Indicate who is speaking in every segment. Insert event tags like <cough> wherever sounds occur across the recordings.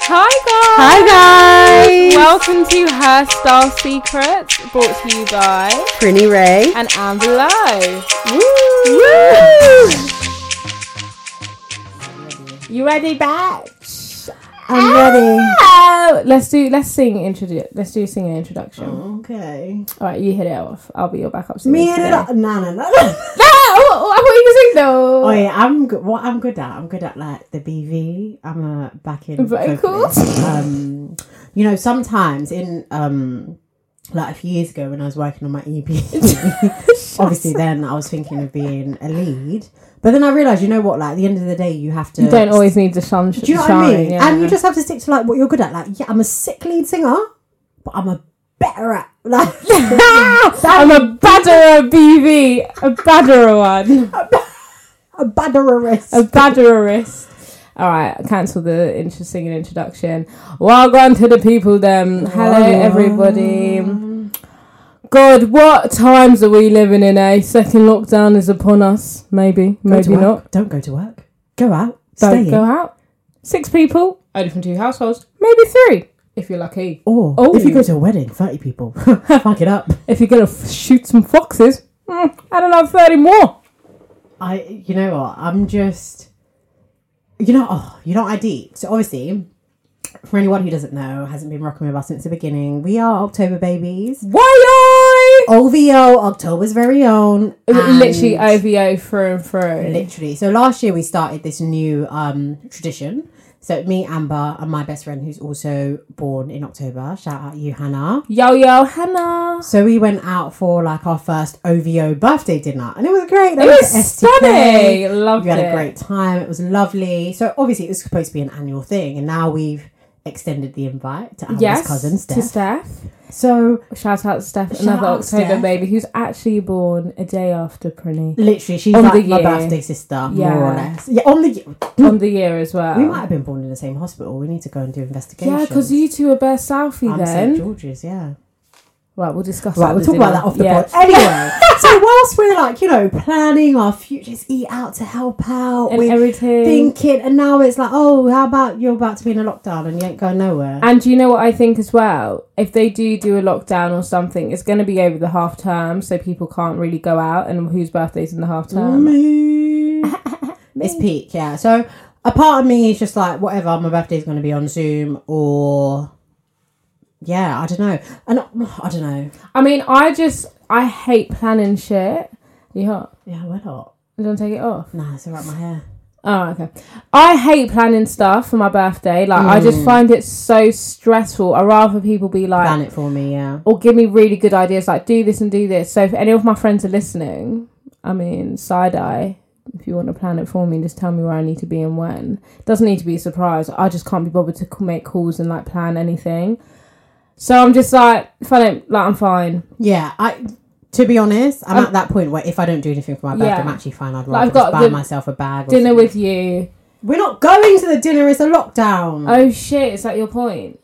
Speaker 1: Hi guys!
Speaker 2: Hi guys!
Speaker 1: Welcome to Hairstyle Secrets, brought to you by
Speaker 2: Prinny Ray.
Speaker 1: and Amber Lowe. You ready, batch?
Speaker 2: I'm ready.
Speaker 1: Oh, let's do. Let's sing. Introduce. Let's do sing an introduction.
Speaker 2: Okay.
Speaker 1: All right, you hit it off. I'll be your backup singer.
Speaker 2: Me and
Speaker 1: today.
Speaker 2: it up. No, no, no. no.
Speaker 1: No, oh, I thought you were singing though.
Speaker 2: Oh yeah, I'm good. What I'm good at, I'm good at like the BV. I'm a backing
Speaker 1: Vocals?
Speaker 2: vocalist. Um, you know, sometimes in um, like a few years ago when I was working on my <laughs> EP, obviously then I was thinking of being a lead, but then I realized, you know what? Like at the end of the day, you have to.
Speaker 1: You don't always need to shun.
Speaker 2: Do you know what I mean? And you just have to stick to like what you're good at. Like, yeah, I'm a sick lead singer, but I'm a better at like. <laughs>
Speaker 1: Ah! I'm a badderer BV, a badderer one,
Speaker 2: a badderist.
Speaker 1: a baddererist. All right, cancel the intro singing introduction. Welcome to the people, them. Hello, everybody. God, what times are we living in? A eh? second lockdown is upon us. Maybe,
Speaker 2: Go to
Speaker 1: maybe
Speaker 2: work.
Speaker 1: not.
Speaker 2: Don't go to work. Go out.
Speaker 1: Don't
Speaker 2: stay
Speaker 1: go
Speaker 2: in.
Speaker 1: out. Six people, only from Oh, two households, maybe three if you're lucky.
Speaker 2: Or
Speaker 1: Oh.
Speaker 2: if you go to a wedding, thirty <laughs> people. Fuck it up.
Speaker 1: If you're gonna f- shoot some foxes, mm, I don't know, thirty more.
Speaker 2: I. You know what? I'm just. You know. Oh, you know what I did. So obviously. For anyone who doesn't know, hasn't been rocking with us since the beginning, we are October babies.
Speaker 1: Why?
Speaker 2: OVO, October's very own. and-
Speaker 1: Literally OVO through and through.
Speaker 2: Literally. So last year we started this new um, tradition. So me, Amber, and my best friend, who's also born in October. Shout out you, Hannah.
Speaker 1: Yo yo, Hannah.
Speaker 2: So we went out for like our first OVO birthday dinner, and it was
Speaker 1: It
Speaker 2: great.
Speaker 1: was stunning. Loved
Speaker 2: We had
Speaker 1: it.
Speaker 2: a great time. It was lovely. So obviously it was supposed to be an annual thing, and now we've extended the invite to Amber's
Speaker 1: Yes,
Speaker 2: cousin
Speaker 1: to
Speaker 2: Steph.
Speaker 1: Steph.
Speaker 2: So
Speaker 1: Shout out to Steph,
Speaker 2: Shout
Speaker 1: another
Speaker 2: out
Speaker 1: October
Speaker 2: Steph.
Speaker 1: baby who's actually born a day after Prinny
Speaker 2: literally, she's
Speaker 1: On the
Speaker 2: like my
Speaker 1: year.
Speaker 2: birthday sister, more
Speaker 1: Yeah.
Speaker 2: or less. Yeah, on the
Speaker 1: on the year as well.
Speaker 2: we might have been born in the same hospital. We need to go and do investigations.
Speaker 1: yeah, because you two are best Southie
Speaker 2: I'm
Speaker 1: then.
Speaker 2: St George's, yeah.
Speaker 1: Right, we'll discuss.
Speaker 2: Right,
Speaker 1: that
Speaker 2: we'll
Speaker 1: with
Speaker 2: talk about
Speaker 1: dinner.
Speaker 2: that off the
Speaker 1: Yeah.
Speaker 2: pod. Anyway, so whilst we're like, you know, planning our futures, eat out to help out,
Speaker 1: And
Speaker 2: we're
Speaker 1: everything.
Speaker 2: thinking, and now it's like, oh, how about you're about to be in a lockdown and you ain't going nowhere?
Speaker 1: And do you know what I think as well? If they do do a lockdown or something, it's going to be over the half term, so people can't really go out. And whose birthday's in the half term?
Speaker 2: Mm. Me. <laughs> it's peak, yeah. So a part of me is just like, whatever, my birthday's going to be on Zoom or. Yeah, I don't know. And <sighs> I don't know.
Speaker 1: I mean, I just I hate planning shit. You hot?
Speaker 2: Yeah, why not?
Speaker 1: You don't take it off.
Speaker 2: Nah, it's all right, my hair.
Speaker 1: Oh, okay. I hate planning stuff for my birthday. Like, I just find it so stressful. I rather people be like,
Speaker 2: Mm. Plan it for me, yeah.
Speaker 1: or give me really good ideas, like do this and do this. So if any of my friends are listening, I mean, side eye. If you want to plan it for me, just tell me where I need to be and when. doesn't need to be a surprise. I just can't be bothered to c- make calls and like plan anything. So I'm just like, if I don't, like, I'm fine.
Speaker 2: Yeah, I. To be honest, I'm
Speaker 1: I'm-
Speaker 2: at that point where if I don't do anything for my birthday,
Speaker 1: Um, Yeah.
Speaker 2: I'm actually fine. I'd rather
Speaker 1: Like, I've
Speaker 2: just
Speaker 1: got
Speaker 2: buy
Speaker 1: the
Speaker 2: myself a bag. Or
Speaker 1: Dinner
Speaker 2: something.
Speaker 1: with you.
Speaker 2: We're not going to the dinner. It's a lockdown.
Speaker 1: Oh shit, is that your
Speaker 2: <laughs>
Speaker 1: point?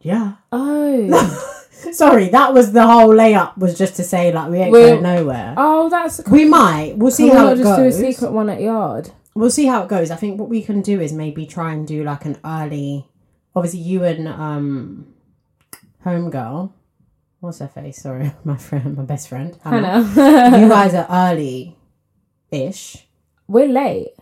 Speaker 2: yeah.
Speaker 1: Oh,
Speaker 2: Sorry, that was the whole layup. Was just to say like we ain't
Speaker 1: We're-
Speaker 2: going nowhere.
Speaker 1: oh, that's. Cool.
Speaker 2: we might. We'll see
Speaker 1: Why
Speaker 2: how
Speaker 1: not
Speaker 2: it
Speaker 1: just
Speaker 2: goes.
Speaker 1: do a secret one at yard?
Speaker 2: We'll see how it goes. I think what we can do is maybe try and do like an early. Obviously, you and um, homegirl. What's her face? Sorry, <laughs> my friend, my best friend. Hannah.
Speaker 1: Hannah,
Speaker 2: you guys are early, ish.
Speaker 1: <laughs> we're late.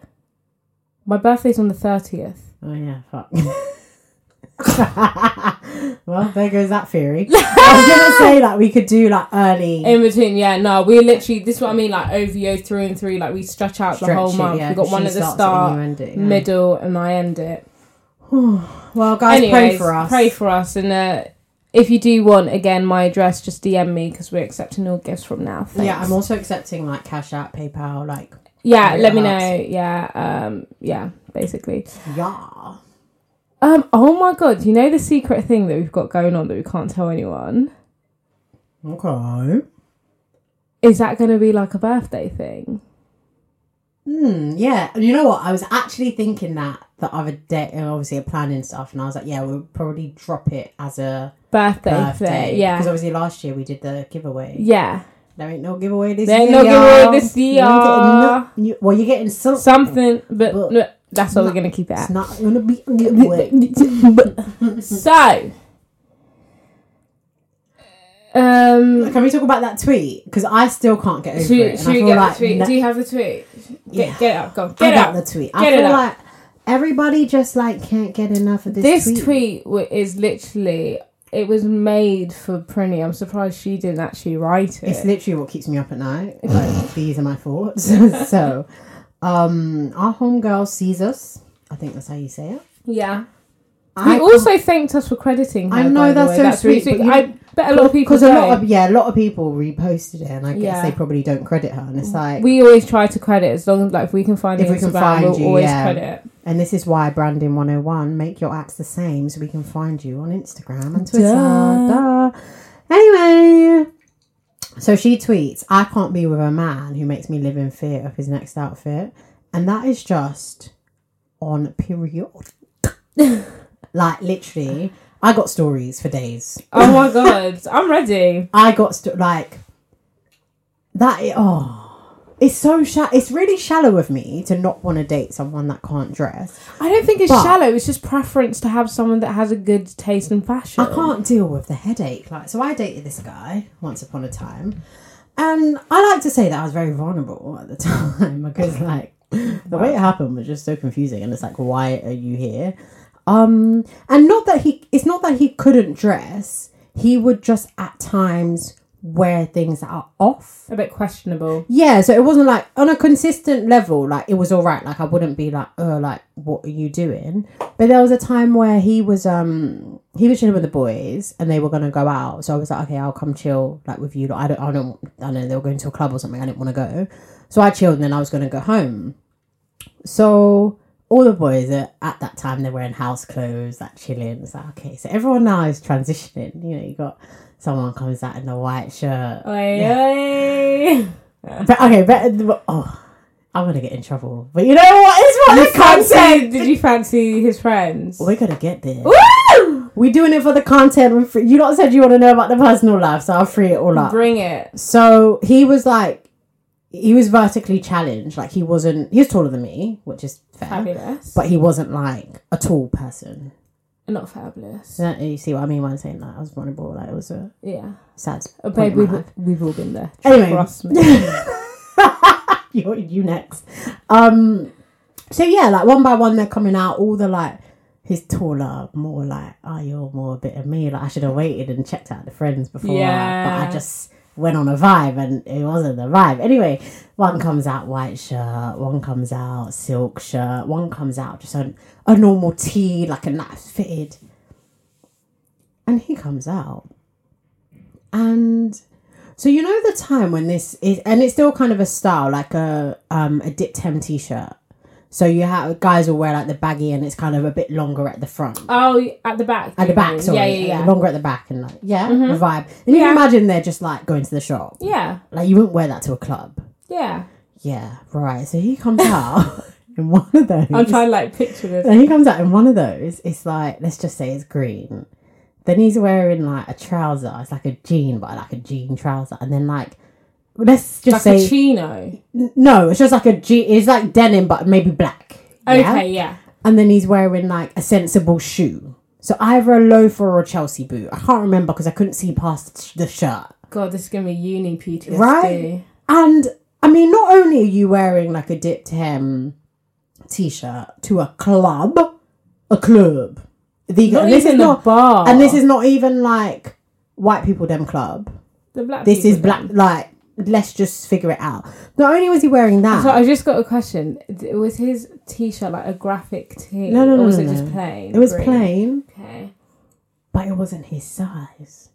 Speaker 1: My birthday's on the thirtieth.
Speaker 2: Oh yeah, fuck. <laughs> well, there goes that theory. I
Speaker 1: <laughs>
Speaker 2: was gonna say like we could do like early.
Speaker 1: In between, yeah, no, we literally this is what I mean, like OVO through and through, like we stretch out the
Speaker 2: Stretch
Speaker 1: whole
Speaker 2: it,
Speaker 1: month.
Speaker 2: yeah,
Speaker 1: we got
Speaker 2: 'cause
Speaker 1: one
Speaker 2: she
Speaker 1: at the
Speaker 2: starts it
Speaker 1: start,
Speaker 2: and you end it, yeah.
Speaker 1: middle, and I end it.
Speaker 2: well, guys,
Speaker 1: Anyways,
Speaker 2: pray for us.
Speaker 1: and uh, if you do want, again, my address, just DM me because we're accepting all gifts from now. Thanks.
Speaker 2: Yeah, I'm also accepting like Cash App, PayPal, like
Speaker 1: yeah,
Speaker 2: Yeah,
Speaker 1: let me
Speaker 2: that's-
Speaker 1: know. Yeah, um, yeah, basically.
Speaker 2: yeah.
Speaker 1: Um. Oh my god. You know the secret thing that we've got going on that we can't tell anyone.
Speaker 2: Okay.
Speaker 1: Is that going to be like a birthday thing?
Speaker 2: Mm, yeah. And You know what? I was actually thinking that the other day, and obviously planning stuff, and I was like, yeah, we'll probably drop it as a
Speaker 1: Birthday,
Speaker 2: birthday.
Speaker 1: thing.
Speaker 2: Because
Speaker 1: Yeah.
Speaker 2: obviously last year we did the giveaway.
Speaker 1: Yeah.
Speaker 2: There ain't no giveaway this
Speaker 1: There ain't
Speaker 2: year.
Speaker 1: no giveaway this
Speaker 2: You ain't
Speaker 1: year.
Speaker 2: getting no- you- well, you're getting some.
Speaker 1: Something, but
Speaker 2: But-
Speaker 1: no, that's what we're
Speaker 2: No,
Speaker 1: going to keep it
Speaker 2: It's
Speaker 1: at. <laughs>
Speaker 2: not gonna be a giveaway.
Speaker 1: so. Um.
Speaker 2: Can we talk about that tweet? Because I still can't get over
Speaker 1: Should,
Speaker 2: it. And
Speaker 1: should
Speaker 2: I
Speaker 1: we
Speaker 2: feel
Speaker 1: get
Speaker 2: like
Speaker 1: the tweet?
Speaker 2: ne-
Speaker 1: Do you have the tweet? Get,
Speaker 2: Yeah.
Speaker 1: get it up, go.
Speaker 2: I
Speaker 1: Get it
Speaker 2: got
Speaker 1: up.
Speaker 2: the tweet.
Speaker 1: Get
Speaker 2: I
Speaker 1: it
Speaker 2: feel
Speaker 1: up.
Speaker 2: like everybody just like can't get enough of this.
Speaker 1: This
Speaker 2: tweet.
Speaker 1: tweet wa- is literally it was made for Prinny. I'm surprised she didn't actually write it.
Speaker 2: It's literally what keeps me up
Speaker 1: <laughs>
Speaker 2: at night. Like, these are my thoughts. <laughs> so, um, our homegirl sees us. I think that's how you say it.
Speaker 1: yeah.
Speaker 2: I
Speaker 1: he also thanked us for crediting her.
Speaker 2: I know,
Speaker 1: by the
Speaker 2: that's
Speaker 1: way. really
Speaker 2: so sweet, but you-
Speaker 1: I bet a lot of people
Speaker 2: because a lot of
Speaker 1: don't.
Speaker 2: yeah, a lot of people reposted it, and I guess
Speaker 1: Yeah.
Speaker 2: they probably don't credit her. And it's like,
Speaker 1: we always try to credit as long as like if we can find
Speaker 2: If
Speaker 1: the
Speaker 2: we can
Speaker 1: Instagram,
Speaker 2: find
Speaker 1: we'll
Speaker 2: you,
Speaker 1: always
Speaker 2: yeah.
Speaker 1: credit.
Speaker 2: and this is why branding 101 make your acts the same, so we can find you on Instagram and Twitter.
Speaker 1: Duh.
Speaker 2: Duh. Anyway. So she tweets, I can't be with a man who makes me live in fear of his next outfit. And that is just on period. <laughs> like, literally, I got stories for days.
Speaker 1: Oh my god, <laughs> I'm ready.
Speaker 2: I got, st- like, that, i- oh. It's so shallow. It's really shallow of me to not want to date someone that can't dress.
Speaker 1: I don't think it's
Speaker 2: But-
Speaker 1: shallow. It's just preference to have someone that has a good taste in fashion.
Speaker 2: I can't deal with the headache. Like, so I dated this guy once upon a time, and I like to say that I was very vulnerable at the <laughs> time because, like, the way it happened was just so confusing, and it's like, why are you here? Um, and not that he, it's not that he couldn't dress. He would just at times wear things that are off.
Speaker 1: A bit questionable.
Speaker 2: Yeah, so it wasn't like on a consistent level, like it was all right. Like I wouldn't be like, oh, like what are you doing? But there was a time where he was, um, he was chilling with the boys and they were gonna go out. So I was like, okay, I'll come chill like with you. Like, I don't, I don't, I don't know they were going to a club or something. I didn't want to go, so I chilled and then I was gonna go home. So all the boys are, at that time they're wearing house clothes, like chilling. It's like okay, so everyone now is transitioning. You know, you got someone comes out in a white shirt.
Speaker 1: Oi, <laughs> oi.
Speaker 2: But okay, but oh, I'm gonna get in trouble. But you know what? It's for the
Speaker 1: Fancy,
Speaker 2: content.
Speaker 1: did you fancy his friends?
Speaker 2: We're gonna get there. We're doing it for the content. We're free. You lot said you want to know about the personal life, so I'll free it all up.
Speaker 1: Bring it.
Speaker 2: So he was like, he was vertically challenged. Like he wasn't. He was taller than me, which is fair.
Speaker 1: Fabulous.
Speaker 2: But he wasn't like a tall person.
Speaker 1: Not fabulous.
Speaker 2: So you see what I mean when I'm saying that? I was vulnerable. Like it was a
Speaker 1: Yeah.
Speaker 2: sad.
Speaker 1: Uh,
Speaker 2: point
Speaker 1: Babe,
Speaker 2: in my
Speaker 1: we've,
Speaker 2: life.
Speaker 1: we've all been there.
Speaker 2: Anyway.
Speaker 1: Trust <laughs> me.
Speaker 2: <laughs> you you next. Um so yeah, like one by one they're coming out, all the like he's taller, more like, oh you're more a bit of me. Like I should have waited and checked out the friends before
Speaker 1: Yeah.
Speaker 2: like, but I just went on a vibe and it wasn't the vibe. Anyway, one comes out white shirt, one comes out silk shirt, one comes out just a, a normal tee, like a nice fitted. And he comes out. And so you know the time when this is, and it's still kind of a style, like a um a dip hem t shirt. So you have guys will wear like the baggy, and it's kind of a bit longer at the front,
Speaker 1: oh, y- at the back.
Speaker 2: at the
Speaker 1: you
Speaker 2: back.
Speaker 1: mean?
Speaker 2: Sorry,
Speaker 1: Yeah, yeah, yeah.
Speaker 2: longer at the back, and like yeah, the vibe. And you
Speaker 1: Yeah.
Speaker 2: can imagine they're just like going to the shop.
Speaker 1: Yeah,
Speaker 2: Like you wouldn't wear that to a club.
Speaker 1: yeah.
Speaker 2: Yeah, right. So he
Speaker 1: <laughs>
Speaker 2: comes out <laughs> in one of those.
Speaker 1: I'm trying to like picture <laughs> this.
Speaker 2: Then he comes out in one of those. It's like let's just say it's green. Then he's wearing like a trouser. It's like a jean, but like a jean trouser. And then like let's
Speaker 1: Like
Speaker 2: just
Speaker 1: a
Speaker 2: say
Speaker 1: chino.
Speaker 2: no. It's just like a jean. It's like denim, but maybe black. Yeah?
Speaker 1: Okay, yeah.
Speaker 2: And then he's wearing like a sensible shoe. So either a loafer or a Chelsea boot. I can't remember because I couldn't see past the shirt.
Speaker 1: God, this is gonna be uni PTSD.
Speaker 2: Right? And I mean, not only are you wearing like a dipped hem t-shirt to a club, a club. The,
Speaker 1: Not
Speaker 2: and this
Speaker 1: even
Speaker 2: is
Speaker 1: the
Speaker 2: not
Speaker 1: bar.
Speaker 2: and this is not even like white people dem club.
Speaker 1: The black.
Speaker 2: This
Speaker 1: people then.
Speaker 2: is black. Like, let's just figure it out. Not only was he wearing that,
Speaker 1: So I just got a question. D- Was his T-shirt like a graphic tee?
Speaker 2: No, no, no,
Speaker 1: Or was
Speaker 2: no,
Speaker 1: it
Speaker 2: no.
Speaker 1: just plain?
Speaker 2: it was
Speaker 1: green?
Speaker 2: plain,
Speaker 1: Okay.
Speaker 2: but it wasn't his size.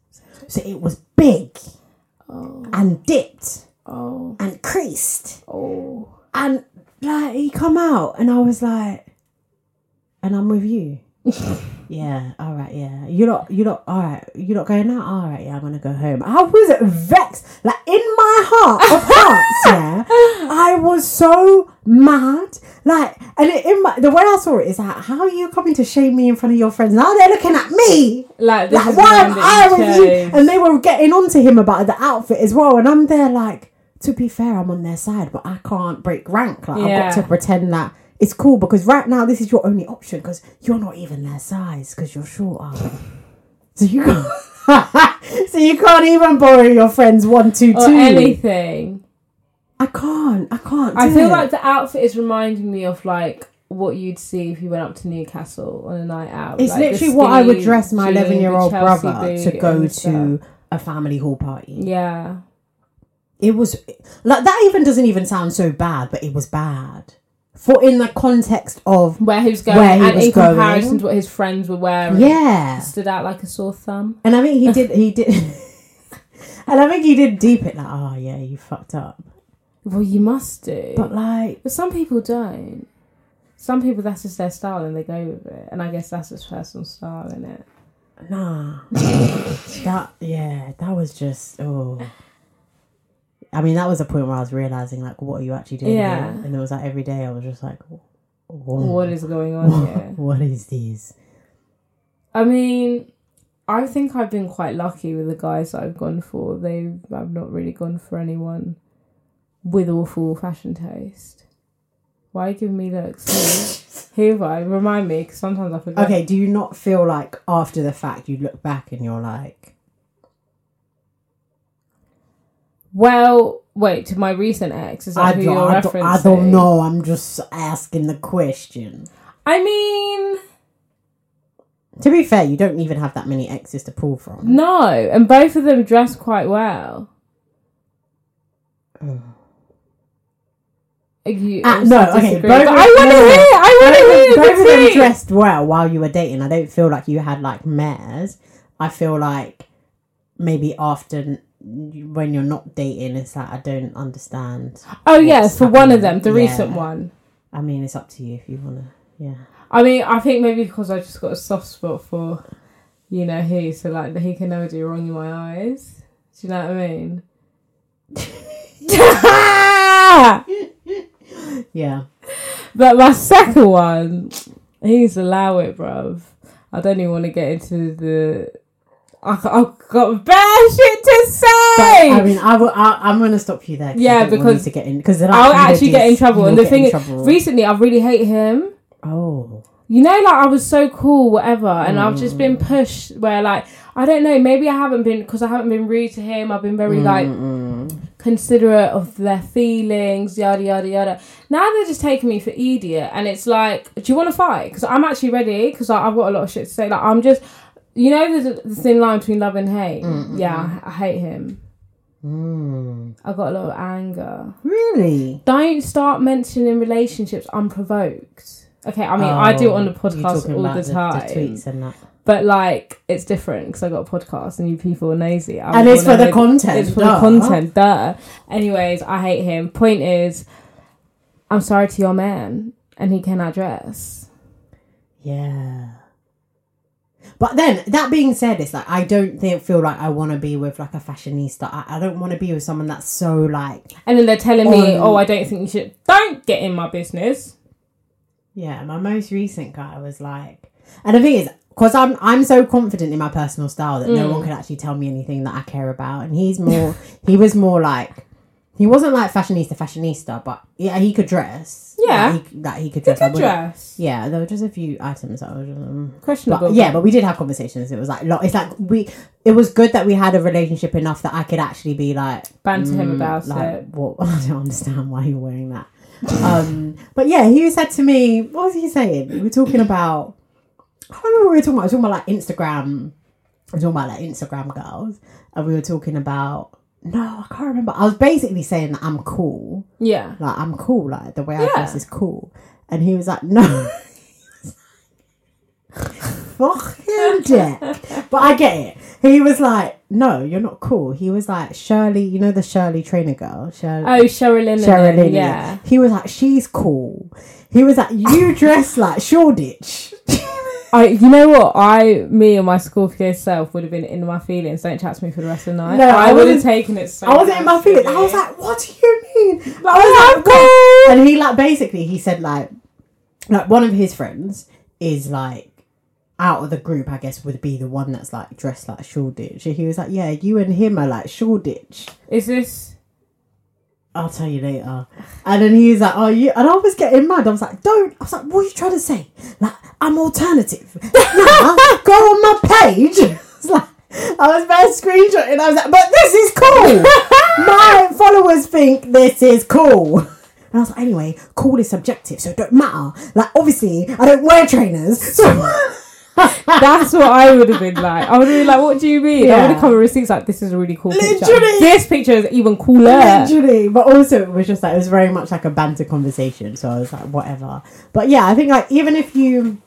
Speaker 2: So it was big
Speaker 1: Oh,
Speaker 2: and dipped
Speaker 1: oh,
Speaker 2: and creased.
Speaker 1: oh.
Speaker 2: and like he come out and I was like and I'm with you <laughs> yeah, all right, yeah. You lot, you lot, all right. You lot going out? All right, yeah. I'm gonna go home. I was vexed, like in my heart of hearts. yeah, I was so mad, like, and it, in my the way I saw it is like, how are you coming to shame me in front of your friends? Now they're looking at me.
Speaker 1: Like, this
Speaker 2: Like,
Speaker 1: is the
Speaker 2: why
Speaker 1: one
Speaker 2: am I
Speaker 1: that you
Speaker 2: with you?
Speaker 1: chose.
Speaker 2: And they were getting on to him about the outfit as well. And I'm there like, to be fair, I'm on their side, but I can't break rank. Like I've
Speaker 1: Yeah.
Speaker 2: got to pretend that it's cool because right now this is your only option because you're not even their size because you're shorter. <laughs> so you can't. <laughs> so you can't even borrow your friend's one two
Speaker 1: or
Speaker 2: two.
Speaker 1: anything.
Speaker 2: I can't. I can't.
Speaker 1: I
Speaker 2: do
Speaker 1: feel
Speaker 2: it.
Speaker 1: like the outfit is reminding me of like what you'd see if you went up to Newcastle on a night out.
Speaker 2: It's
Speaker 1: Like, the
Speaker 2: literally what I would
Speaker 1: ski
Speaker 2: dress my
Speaker 1: shoe, the
Speaker 2: 11 year old
Speaker 1: Chelsea
Speaker 2: brother
Speaker 1: boot
Speaker 2: to go
Speaker 1: and stuff.
Speaker 2: to a family hall party.
Speaker 1: Yeah,
Speaker 2: it was like that even doesn't even sound so bad but it was bad for in the context of
Speaker 1: where he was going,
Speaker 2: Where he
Speaker 1: and
Speaker 2: was
Speaker 1: in
Speaker 2: going.
Speaker 1: comparison to what his friends were wearing,
Speaker 2: yeah
Speaker 1: stood out like a sore thumb.
Speaker 2: and i think he did he did <laughs> and i think he did deep it like oh yeah you fucked up
Speaker 1: Well, you must do.
Speaker 2: but like
Speaker 1: But some people don't. Some people that's just their style and they go with it. And I guess that's just personal style, isn't it?
Speaker 2: nah that yeah that was just oh i mean that was a point where i was realizing like what are you actually doing
Speaker 1: Yeah.
Speaker 2: here? and it was like every day i was just like whoa,
Speaker 1: What is going on
Speaker 2: <laughs>
Speaker 1: here?
Speaker 2: what is this
Speaker 1: I mean, I think I've been quite lucky with the guys that I've gone for. They I've not really gone for anyone with awful fashion taste. Why are you giving me looks? Who have I? Remind me, because sometimes I forget.
Speaker 2: Okay, do you not feel like after the fact you look back and you're like,
Speaker 1: Well, wait, to my recent ex, is that
Speaker 2: I
Speaker 1: who
Speaker 2: don't,
Speaker 1: you're
Speaker 2: I, don't,
Speaker 1: referencing?
Speaker 2: I don't know, I'm just asking the question.
Speaker 1: I mean,
Speaker 2: To be fair, you don't even have that many exes to pull from.
Speaker 1: no. And both of them dress quite well. Are you,
Speaker 2: Ah,
Speaker 1: also
Speaker 2: no, okay,
Speaker 1: disagree?
Speaker 2: both
Speaker 1: But
Speaker 2: of-
Speaker 1: I want to
Speaker 2: no, no, no.
Speaker 1: hear. I want
Speaker 2: Both
Speaker 1: to hear.
Speaker 2: both
Speaker 1: the
Speaker 2: of them
Speaker 1: tea.
Speaker 2: dressed well while you were dating. I don't feel like you had like mares. I feel like maybe after when you're not dating, it's like I don't understand.
Speaker 1: Oh
Speaker 2: what's
Speaker 1: yes, for one of them,
Speaker 2: happening.
Speaker 1: the
Speaker 2: Yeah.
Speaker 1: recent one.
Speaker 2: I mean, it's up to you if you wanna. Yeah.
Speaker 1: I mean, I think maybe because I just got a soft spot for, you know, he. So like, he can never do wrong in my eyes. Do you know what I mean? <laughs>
Speaker 2: <laughs> Yeah.
Speaker 1: but my second one, he's allow it, bruv. I don't even want to get into the. I, have got bad shit to say.
Speaker 2: I mean, I will. I, I'm gonna stop you there.
Speaker 1: Yeah,
Speaker 2: I don't want
Speaker 1: because
Speaker 2: you to get in because
Speaker 1: I'll actually get in trouble. And the thing
Speaker 2: is,
Speaker 1: is, recently I really hate him.
Speaker 2: oh,
Speaker 1: you know, like I was so cool, whatever, and I've just been pushed where, like, I don't know, maybe I haven't been because I haven't been rude to him. I've been very like considerate of their feelings, yada yada yada. Now they're just taking me for idiot, and it's like, do you want to fight? Because I'm actually ready. Because I've got a lot of shit to say. Like I'm just, you know, there's a thin line between love and hate. Yeah, I, I hate him. I got a lot of anger.
Speaker 2: Hmm. really?
Speaker 1: Don't start mentioning relationships unprovoked. Okay, I mean, I do it on the
Speaker 2: Oh,
Speaker 1: podcast all the time,
Speaker 2: tweets and that.
Speaker 1: but like it's different because I got a podcast and you people are nosy. I
Speaker 2: And it's
Speaker 1: wanna
Speaker 2: for the
Speaker 1: know-
Speaker 2: content,
Speaker 1: It's for
Speaker 2: duh.
Speaker 1: the content. Duh. Anyways, I hate him. Point is, I'm sorry to your man, and he cannot dress.
Speaker 2: Yeah. But then, that being said, it's like I don't think, feel like I want to be with like a fashionista. I, I don't want to be with someone that's so like,
Speaker 1: And then they're telling me,
Speaker 2: On-
Speaker 1: "Oh, I don't think you should. Don't get in my business."
Speaker 2: yeah. My most recent guy was like, and the thing is, because I'm I'm so confident in my personal style that
Speaker 1: Mm.
Speaker 2: no one can actually tell me anything that I care about. And he's more, <laughs> he was more like, he wasn't like fashionista, fashionista, but yeah, he could dress.
Speaker 1: Yeah.
Speaker 2: like, he, like, he could dress. I
Speaker 1: Good
Speaker 2: wouldn't-
Speaker 1: dress.
Speaker 2: Yeah, there were just a few items that I was. Um,
Speaker 1: Questionable.
Speaker 2: but yeah, but we did have conversations. It was like, lo- it's like we. It was good that we had a relationship enough that I could actually be like,
Speaker 1: banter him about
Speaker 2: Mm, like,
Speaker 1: it.
Speaker 2: what? <laughs> I don't understand why you're wearing that. um, but yeah, he said to me, what was he saying? We were talking about. I don't remember what we were talking about. I was talking about like Instagram. I was talking about like Instagram girls, and we were talking about. No, I can't remember. I was basically saying that I'm cool
Speaker 1: Yeah.
Speaker 2: like I'm cool, like the way I
Speaker 1: Yeah.
Speaker 2: dress is cool. And he was like, no. <laughs> He was like, Fuck him, Dick. But I get it. He was like, no, you're not cool. He was like, Shirley, you know the Shirley trainer girl, Shirley.
Speaker 1: Oh, Sherilyn.
Speaker 2: Sherilyn,
Speaker 1: Yeah. <laughs>
Speaker 2: He was like, she's cool. He was like, you dress like Shoreditch. <laughs>
Speaker 1: I, you know what? I, me and my Scorpio self would have been in my feelings. Don't chat to me for the rest of the night.
Speaker 2: No, I
Speaker 1: I, would have
Speaker 2: wasn't-
Speaker 1: taken it. So
Speaker 2: I wasn't in my feelings. I was
Speaker 1: personally.
Speaker 2: like, what do you mean? Like, I
Speaker 1: Oh, I'm
Speaker 2: was like, what?
Speaker 1: cold.
Speaker 2: and he like basically he said like like one of his friends is like out of the group I guess would be the one that's like dressed like Shoreditch. And he was like, yeah, you and him are like Shoreditch.
Speaker 1: Is this?
Speaker 2: I'll tell you later. And then he was like, oh, you. And I was getting mad. I was like, don't. I was like, what are you trying to say? Like, I'm alternative. <laughs> nah, go on my page. <laughs> It's like, I was bad screenshotting. I was like, but this is cool. my followers think this is cool. And I was like, anyway, cool is subjective, so it don't matter. Like, obviously, I don't wear trainers, so.
Speaker 1: That's what I would have been like. I would have been like, "What do you mean?" I
Speaker 2: Yeah.
Speaker 1: would have come with receipts like, "This is a really cool picture.
Speaker 2: Literally.
Speaker 1: This picture is even cooler."
Speaker 2: Literally, but also it was just like it was very much like a banter conversation. So I was like, whatever. But yeah, I think like even if you,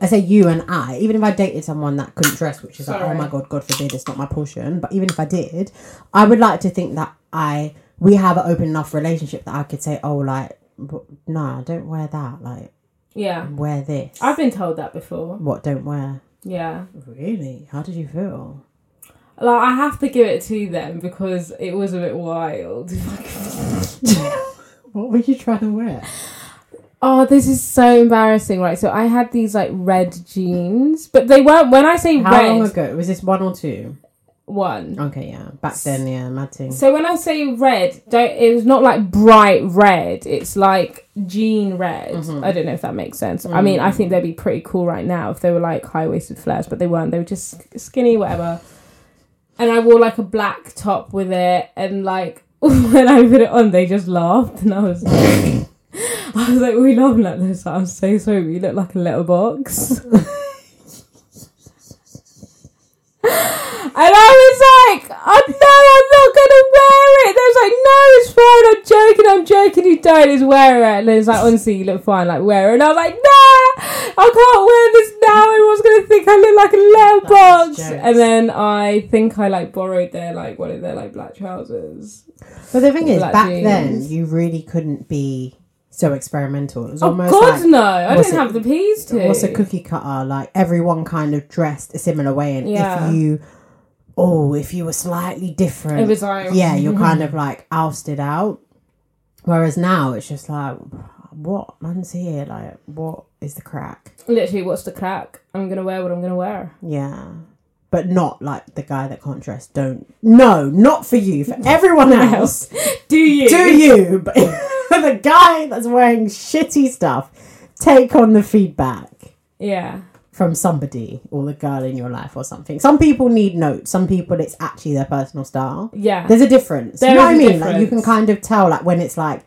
Speaker 2: I say you and I, even if I dated someone that couldn't dress, which is like, oh
Speaker 1: Sorry.
Speaker 2: my god, God forbid, it's not my portion. But even if I did, I would like to think that I we have an open enough relationship that I could say, oh, like w- no, don't wear that. Like
Speaker 1: Yeah,
Speaker 2: wear this.
Speaker 1: I've been told that before.
Speaker 2: what don't wear?
Speaker 1: Yeah,
Speaker 2: Really? How did you
Speaker 1: <laughs>
Speaker 2: feel?
Speaker 1: like I have to give it to them because it was a bit wild.
Speaker 2: What were you trying to wear?
Speaker 1: Oh, this is so embarrassing, right? So I had these like red jeans, but they weren't. When I say
Speaker 2: How
Speaker 1: red,
Speaker 2: long ago was this? One or two?
Speaker 1: one.
Speaker 2: Okay, yeah. Back then, yeah, mad thing.
Speaker 1: So when I say red, don't. It's not like bright red. It's like jean red. I don't know if that makes sense. I mean, I think they'd be pretty cool right now if they were like high waisted flares, but they weren't. They were just sk- skinny, whatever. And I wore like a black top with it, and like <laughs> when I put it on, they just laughed, and I was. like- I was like, we love like this. I'm so sorry, but you look like a little box. <laughs> And I was like, oh, no, I'm not going to wear it. They was like, no, it's fine. I'm joking. I'm joking. You don't. Just wear it. And they was like, honestly, you look fine. Like, wear it. And I was like, nah, I can't wear this now. Everyone's going to think I look like a letterbox.
Speaker 2: jokes.
Speaker 1: And then I think I, like, borrowed their, like, what are their, like, black trousers.
Speaker 2: But the thing is,
Speaker 1: Black
Speaker 2: back
Speaker 1: jeans.
Speaker 2: then, you really couldn't be so experimental. It was almost
Speaker 1: oh, God,
Speaker 2: like
Speaker 1: no. I
Speaker 2: what's
Speaker 1: didn't
Speaker 2: it-
Speaker 1: have the peas to.
Speaker 2: what's a cookie cutter? Like everyone kind of dressed a similar way, and
Speaker 1: Yeah.
Speaker 2: if you, oh, if you were slightly different,
Speaker 1: It was like- mm-hmm.
Speaker 2: yeah, you're kind of like ousted out. Whereas now, it's just like, what man's here? Like, what is the crack?
Speaker 1: Literally, what's the crack? I'm going to wear what I'm going to wear.
Speaker 2: Yeah. But not like the guy that can't dress. Don't. No, not for
Speaker 1: <laughs>
Speaker 2: you. For everyone else.
Speaker 1: Do you?
Speaker 2: do you? <laughs> But the guy that's wearing shitty stuff, take on the feedback
Speaker 1: Yeah.
Speaker 2: from somebody or the girl in your life or something. Some people need notes. Some people, it's actually their personal style.
Speaker 1: Yeah.
Speaker 2: There's a difference.
Speaker 1: There
Speaker 2: you know what I
Speaker 1: is a
Speaker 2: mean? Like you can
Speaker 1: difference. kind
Speaker 2: kind of tell, like when it's like,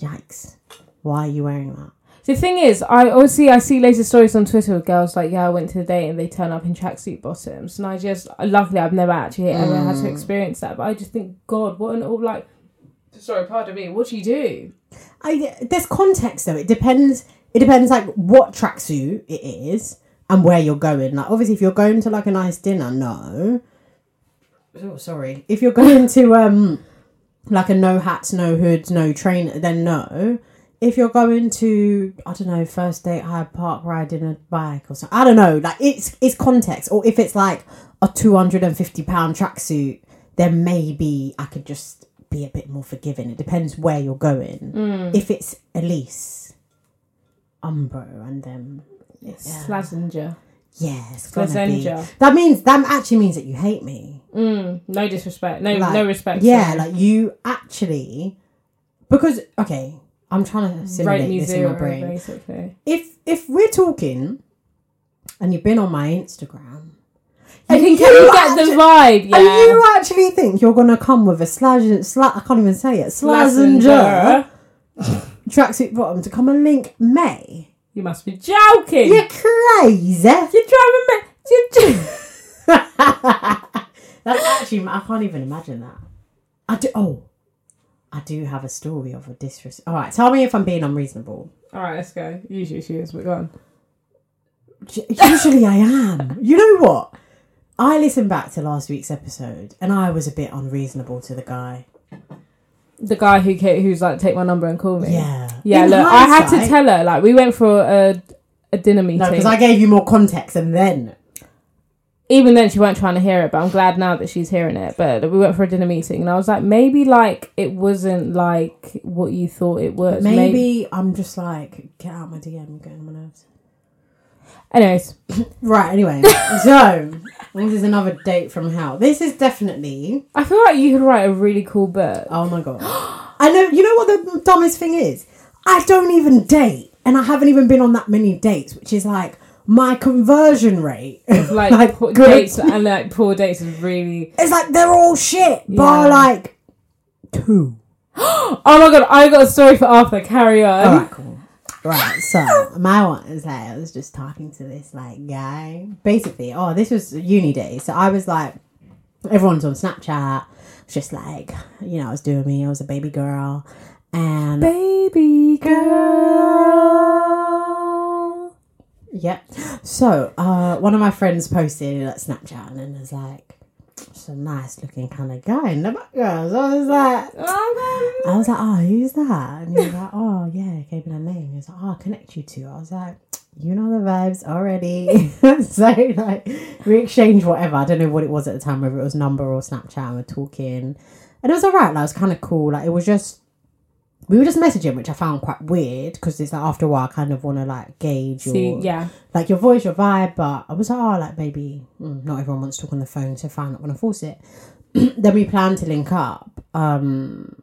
Speaker 2: yikes, why are you wearing that?
Speaker 1: The thing is, I obviously I see loads of stories on Twitter of girls like, yeah, I went to the date and they turn up in tracksuit bottoms, and I just luckily I've never actually ever had
Speaker 2: Mm.
Speaker 1: to experience that, but I just think, God, what an all like. Sorry, pardon me. What do you do?
Speaker 2: I there's context though. It depends. It depends like what tracksuit it is and where you're going. Like obviously, if you're going to like a nice dinner, no. Oh, sorry. If you're <laughs> going to um, like a no hats, no hoods, no train, then no. If you're going to I don't know first date Hyde Park riding a bike or something, I don't know. Like it's it's context. Or if it's like a two hundred and fifty pound tracksuit, then maybe I could just be a bit more forgiving. It depends where you're going if it's Elise, Umbro, and them,
Speaker 1: It's Slazenger.
Speaker 2: yeah, it's gonna
Speaker 1: Slazenger.
Speaker 2: be. That means that actually means that you hate me.
Speaker 1: Mm. No disrespect. No,
Speaker 2: Like,
Speaker 1: no respect.
Speaker 2: Yeah,
Speaker 1: sorry.
Speaker 2: like you actually, because okay, I'm trying to
Speaker 1: rate
Speaker 2: simulate
Speaker 1: me
Speaker 2: this in
Speaker 1: zero,
Speaker 2: my brain.
Speaker 1: basically.
Speaker 2: If if we're talking, and you've been on my Instagram,
Speaker 1: You
Speaker 2: and
Speaker 1: can
Speaker 2: you
Speaker 1: get the
Speaker 2: actu-
Speaker 1: vibe. Yeah.
Speaker 2: And you actually think you're gonna come with a slash, sla I can't even say it, slazenger
Speaker 1: Slazenger.
Speaker 2: tracksuit bottom to come and link May.
Speaker 1: You must be joking.
Speaker 2: You're crazy.
Speaker 1: You're driving me. You're
Speaker 2: <laughs>
Speaker 1: dri-
Speaker 2: That's actually, I can't even imagine that. I do. Oh, I do have a story of a disrespect. All right, tell me if I'm being unreasonable.
Speaker 1: All right, let's go. Usually she is, but go on.
Speaker 2: J- Usually I am. You know what? I listened back to last week's episode and I was a bit unreasonable to the guy.
Speaker 1: The guy who ca- who's like, take my number and call me.
Speaker 2: Yeah.
Speaker 1: Yeah,
Speaker 2: In
Speaker 1: look, I had to
Speaker 2: hindsight-
Speaker 1: tell her like we went for a a dinner meeting.
Speaker 2: No, because I gave you more context and then.
Speaker 1: even then she weren't trying to hear it but i'm glad now that she's hearing it but we went for a dinner meeting and i was like maybe like it wasn't like what you thought it was
Speaker 2: Maybe,
Speaker 1: Mayb-
Speaker 2: I'm just like, get out my DM, I'm getting on my nerves.
Speaker 1: anyways
Speaker 2: Right, anyway. <laughs> so, this is another date from hell. This is definitely.
Speaker 1: i feel like you could write a really cool
Speaker 2: <laughs>
Speaker 1: book
Speaker 2: Oh my god. <gasps> I know. You know what the dumbest thing is? I don't even date, and I haven't even been on that many dates, which is like my conversion rate. <laughs>
Speaker 1: like, poor
Speaker 2: good.
Speaker 1: dates and like poor dates is really
Speaker 2: It's like they're all shit, bar
Speaker 1: Yeah.
Speaker 2: like two.
Speaker 1: oh my god i got a story for arthur carry on
Speaker 2: <laughs> All right, cool. Right, <laughs> so my one is like I was just talking to this like guy. Basically, oh, this was uni day, so I was like, everyone's on Snapchat. It's Just like you know, I was doing me. I was a baby girl, and
Speaker 1: baby girl
Speaker 2: Yep. So, uh, one of my friends posted it at Snapchat and then was like, it's a nice looking kind of guy in the background. So I was like,
Speaker 1: oh
Speaker 2: I was like, oh, who's that? And he was like, oh, yeah, it gave me a name. He was like, oh, I'll connect you to. I was like, you know the vibes already. <laughs> so, like, we exchanged whatever. I don't know what it was at the time, whether it was number or Snapchat, and we're talking. And it was all right. Like, it was kind of cool. Like, it was just, we were just messaging, which I found quite weird because it's like, after a while, I kind of want to, like, gauge your
Speaker 1: See, yeah
Speaker 2: like your voice, your vibe. But I was like, oh, like maybe mm, not everyone wants to talk on the phone, so fine, I'm not gonna force it. <clears throat> then we planned to link up, um,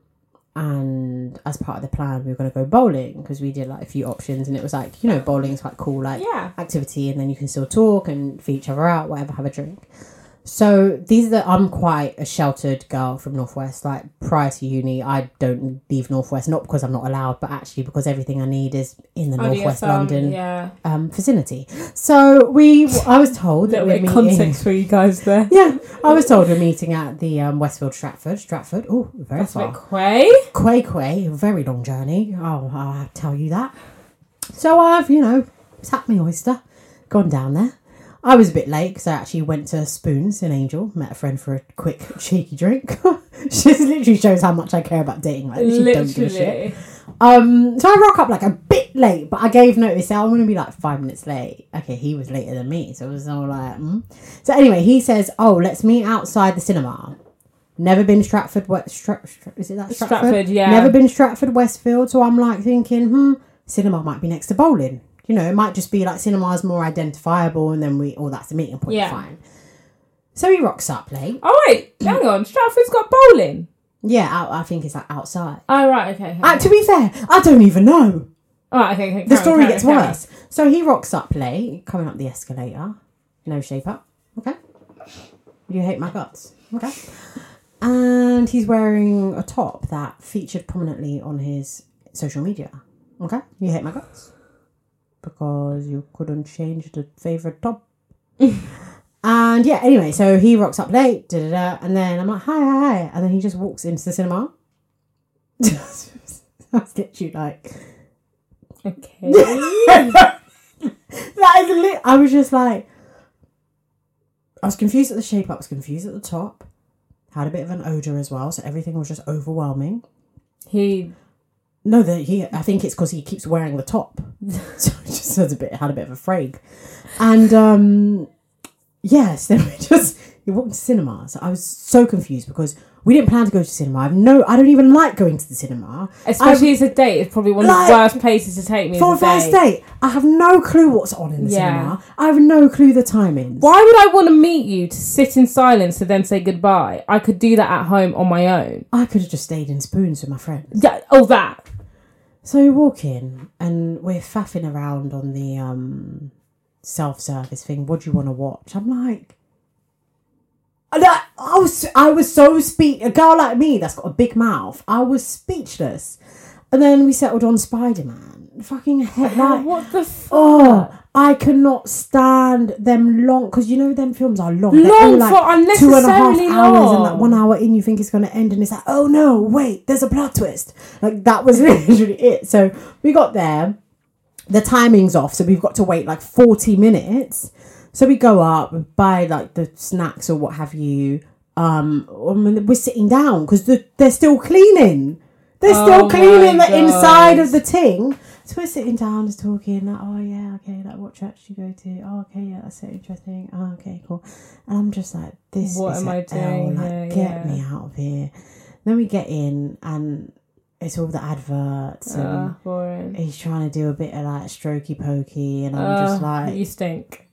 Speaker 2: and as part of the plan, we were gonna go bowling because we did like a few options, and it was like you know bowling's quite cool, like
Speaker 1: yeah
Speaker 2: activity and then you can still talk and feed each other out, whatever, have a drink. So these are the, I'm quite a sheltered girl from Northwest. Like prior to uni, I don't leave Northwest, not because I'm not allowed, but actually because everything I need is in the Northwest
Speaker 1: ODSL,
Speaker 2: London
Speaker 1: yeah
Speaker 2: um, vicinity. So we, I was
Speaker 1: <laughs>
Speaker 2: told that
Speaker 1: little
Speaker 2: we're
Speaker 1: bit of
Speaker 2: meeting.
Speaker 1: context for you guys there
Speaker 2: <laughs>
Speaker 1: <laughs>
Speaker 2: Yeah, I was told we're meeting at the um, Westfield Stratford. Stratford, oh, very
Speaker 1: That's a
Speaker 2: far.
Speaker 1: bit quay.
Speaker 2: Quay Quay, very long journey. Oh, I'll tell you that. So I've, you know, tapped my oyster, gone down there. I was a bit late because I actually went to Spoons in Angel, met a friend for a quick cheeky drink. <laughs> Just literally shows how much I care about dating. Like, I literally don't give a shit.
Speaker 1: Literally.
Speaker 2: Um, so I rock up like a bit late, but I gave notice that I'm gonna be like five minutes late. Okay, he was later than me, so it was all like. Mm. So anyway, he says, "Oh, let's meet outside the cinema." Never been Stratford. What Stra- Stra- is it? That Stratford?
Speaker 1: Stratford, yeah.
Speaker 2: Never been Stratford Westfield. So I'm like thinking, hmm, cinema might be next to bowling. You know, it might just be like cinema's more identifiable, and then we, oh, that's the meeting point.
Speaker 1: Yeah.
Speaker 2: Fine. So he rocks up late.
Speaker 1: Oh wait, hang on. Stratford's got bowling.
Speaker 2: Yeah, I, I think it's like outside.
Speaker 1: Oh right, okay.
Speaker 2: Uh, to be fair, I don't even know.
Speaker 1: All right, okay. okay
Speaker 2: the story gets worse. So he rocks up late, coming up the escalator, no shape up. Okay, you hate my guts. Okay, and he's wearing a top that featured prominently on his social media. Okay, you hate my guts because you couldn't change the favorite top. and yeah, anyway, so he rocks up late, da da da, and then I'm like, hi, hi, hi, and then he just walks into the cinema. <laughs> I was literally like,
Speaker 1: <laughs> Okay.
Speaker 2: <laughs> That is lit. I was just like, I was confused at the shape. I was confused at the top. Had a bit of an odor as well, so everything was just overwhelming.
Speaker 1: he
Speaker 2: No, that he. I think it's because he keeps wearing the top, <laughs> so it just had a bit had a bit of a frag. And um, yes, then we just we walked to cinema. So I was so confused because we didn't plan to go to cinema. I've no, I don't even like going to the cinema,
Speaker 1: especially as a date is probably one of
Speaker 2: Like-
Speaker 1: the worst places to take me.
Speaker 2: for a
Speaker 1: as a
Speaker 2: first date. I have no clue what's on in the
Speaker 1: Yeah.
Speaker 2: cinema. I have no clue the timings.
Speaker 1: Why would I want to meet you to sit in silence to then say goodbye? I could do that at home on my own.
Speaker 2: I could have just stayed in spoons with my friends.
Speaker 1: Yeah, oh that.
Speaker 2: So we walk in and we're faffing around on the um, self service thing. What do you want to watch? I'm like, and I, I was I was so speech. A girl like me that's got a big mouth. I was speechless. And then we settled on Spider Man. Fucking
Speaker 1: <laughs>
Speaker 2: heck, like,
Speaker 1: what the f-
Speaker 2: oh, I cannot stand them long because you know them films are long. They're
Speaker 1: Long
Speaker 2: all
Speaker 1: for
Speaker 2: two and a half
Speaker 1: unnecessarily
Speaker 2: hours, and
Speaker 1: long.
Speaker 2: that one hour in, you think it's going to end, and it's like, oh no, wait, there's a plot twist. Like that was <laughs> literally it. So we got there, the timing's off, so we've got to wait like forty minutes. So we go up, we buy like the snacks or what have you. Um, I mean, we're sitting down because they're still cleaning. They're
Speaker 1: Oh
Speaker 2: still
Speaker 1: my
Speaker 2: cleaning the
Speaker 1: God.
Speaker 2: inside of the thing. So we're sitting down, just talking. Like, oh yeah, okay. Like, what church do you go to? Oh, okay, yeah, that's so interesting. Oh, okay, cool. And I'm just like, this.
Speaker 1: What
Speaker 2: is
Speaker 1: am
Speaker 2: a
Speaker 1: I doing
Speaker 2: L,
Speaker 1: here?
Speaker 2: Like, get
Speaker 1: Yeah.
Speaker 2: me out of here. Then we get in, and it's all the adverts, and
Speaker 1: Ah, boring.
Speaker 2: he's trying to do a bit of like strokey pokey, and I'm just
Speaker 1: Ah,
Speaker 2: like,
Speaker 1: you stink.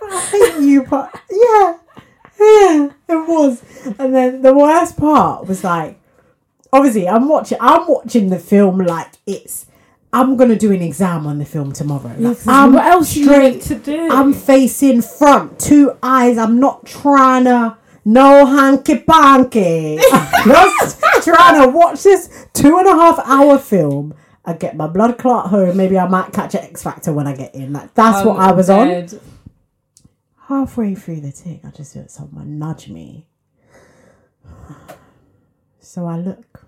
Speaker 2: I hate you, but yeah, yeah, it was. And then the worst part was like, obviously, I'm watching. I'm watching the film like it's. I'm gonna do an exam on the film tomorrow. Like, I'm
Speaker 1: what else do you
Speaker 2: straight
Speaker 1: need to do?
Speaker 2: I'm facing front, two eyes. I'm not trying to. No hanky panky. I'm just trying to watch this two and a half hour film. I get my blood clot home. Maybe I might catch an X Factor when I get in. Like that's
Speaker 1: Um,
Speaker 2: what I was on
Speaker 1: Dead.
Speaker 2: halfway through the thing, I just feel someone nudge me. <sighs> So I look.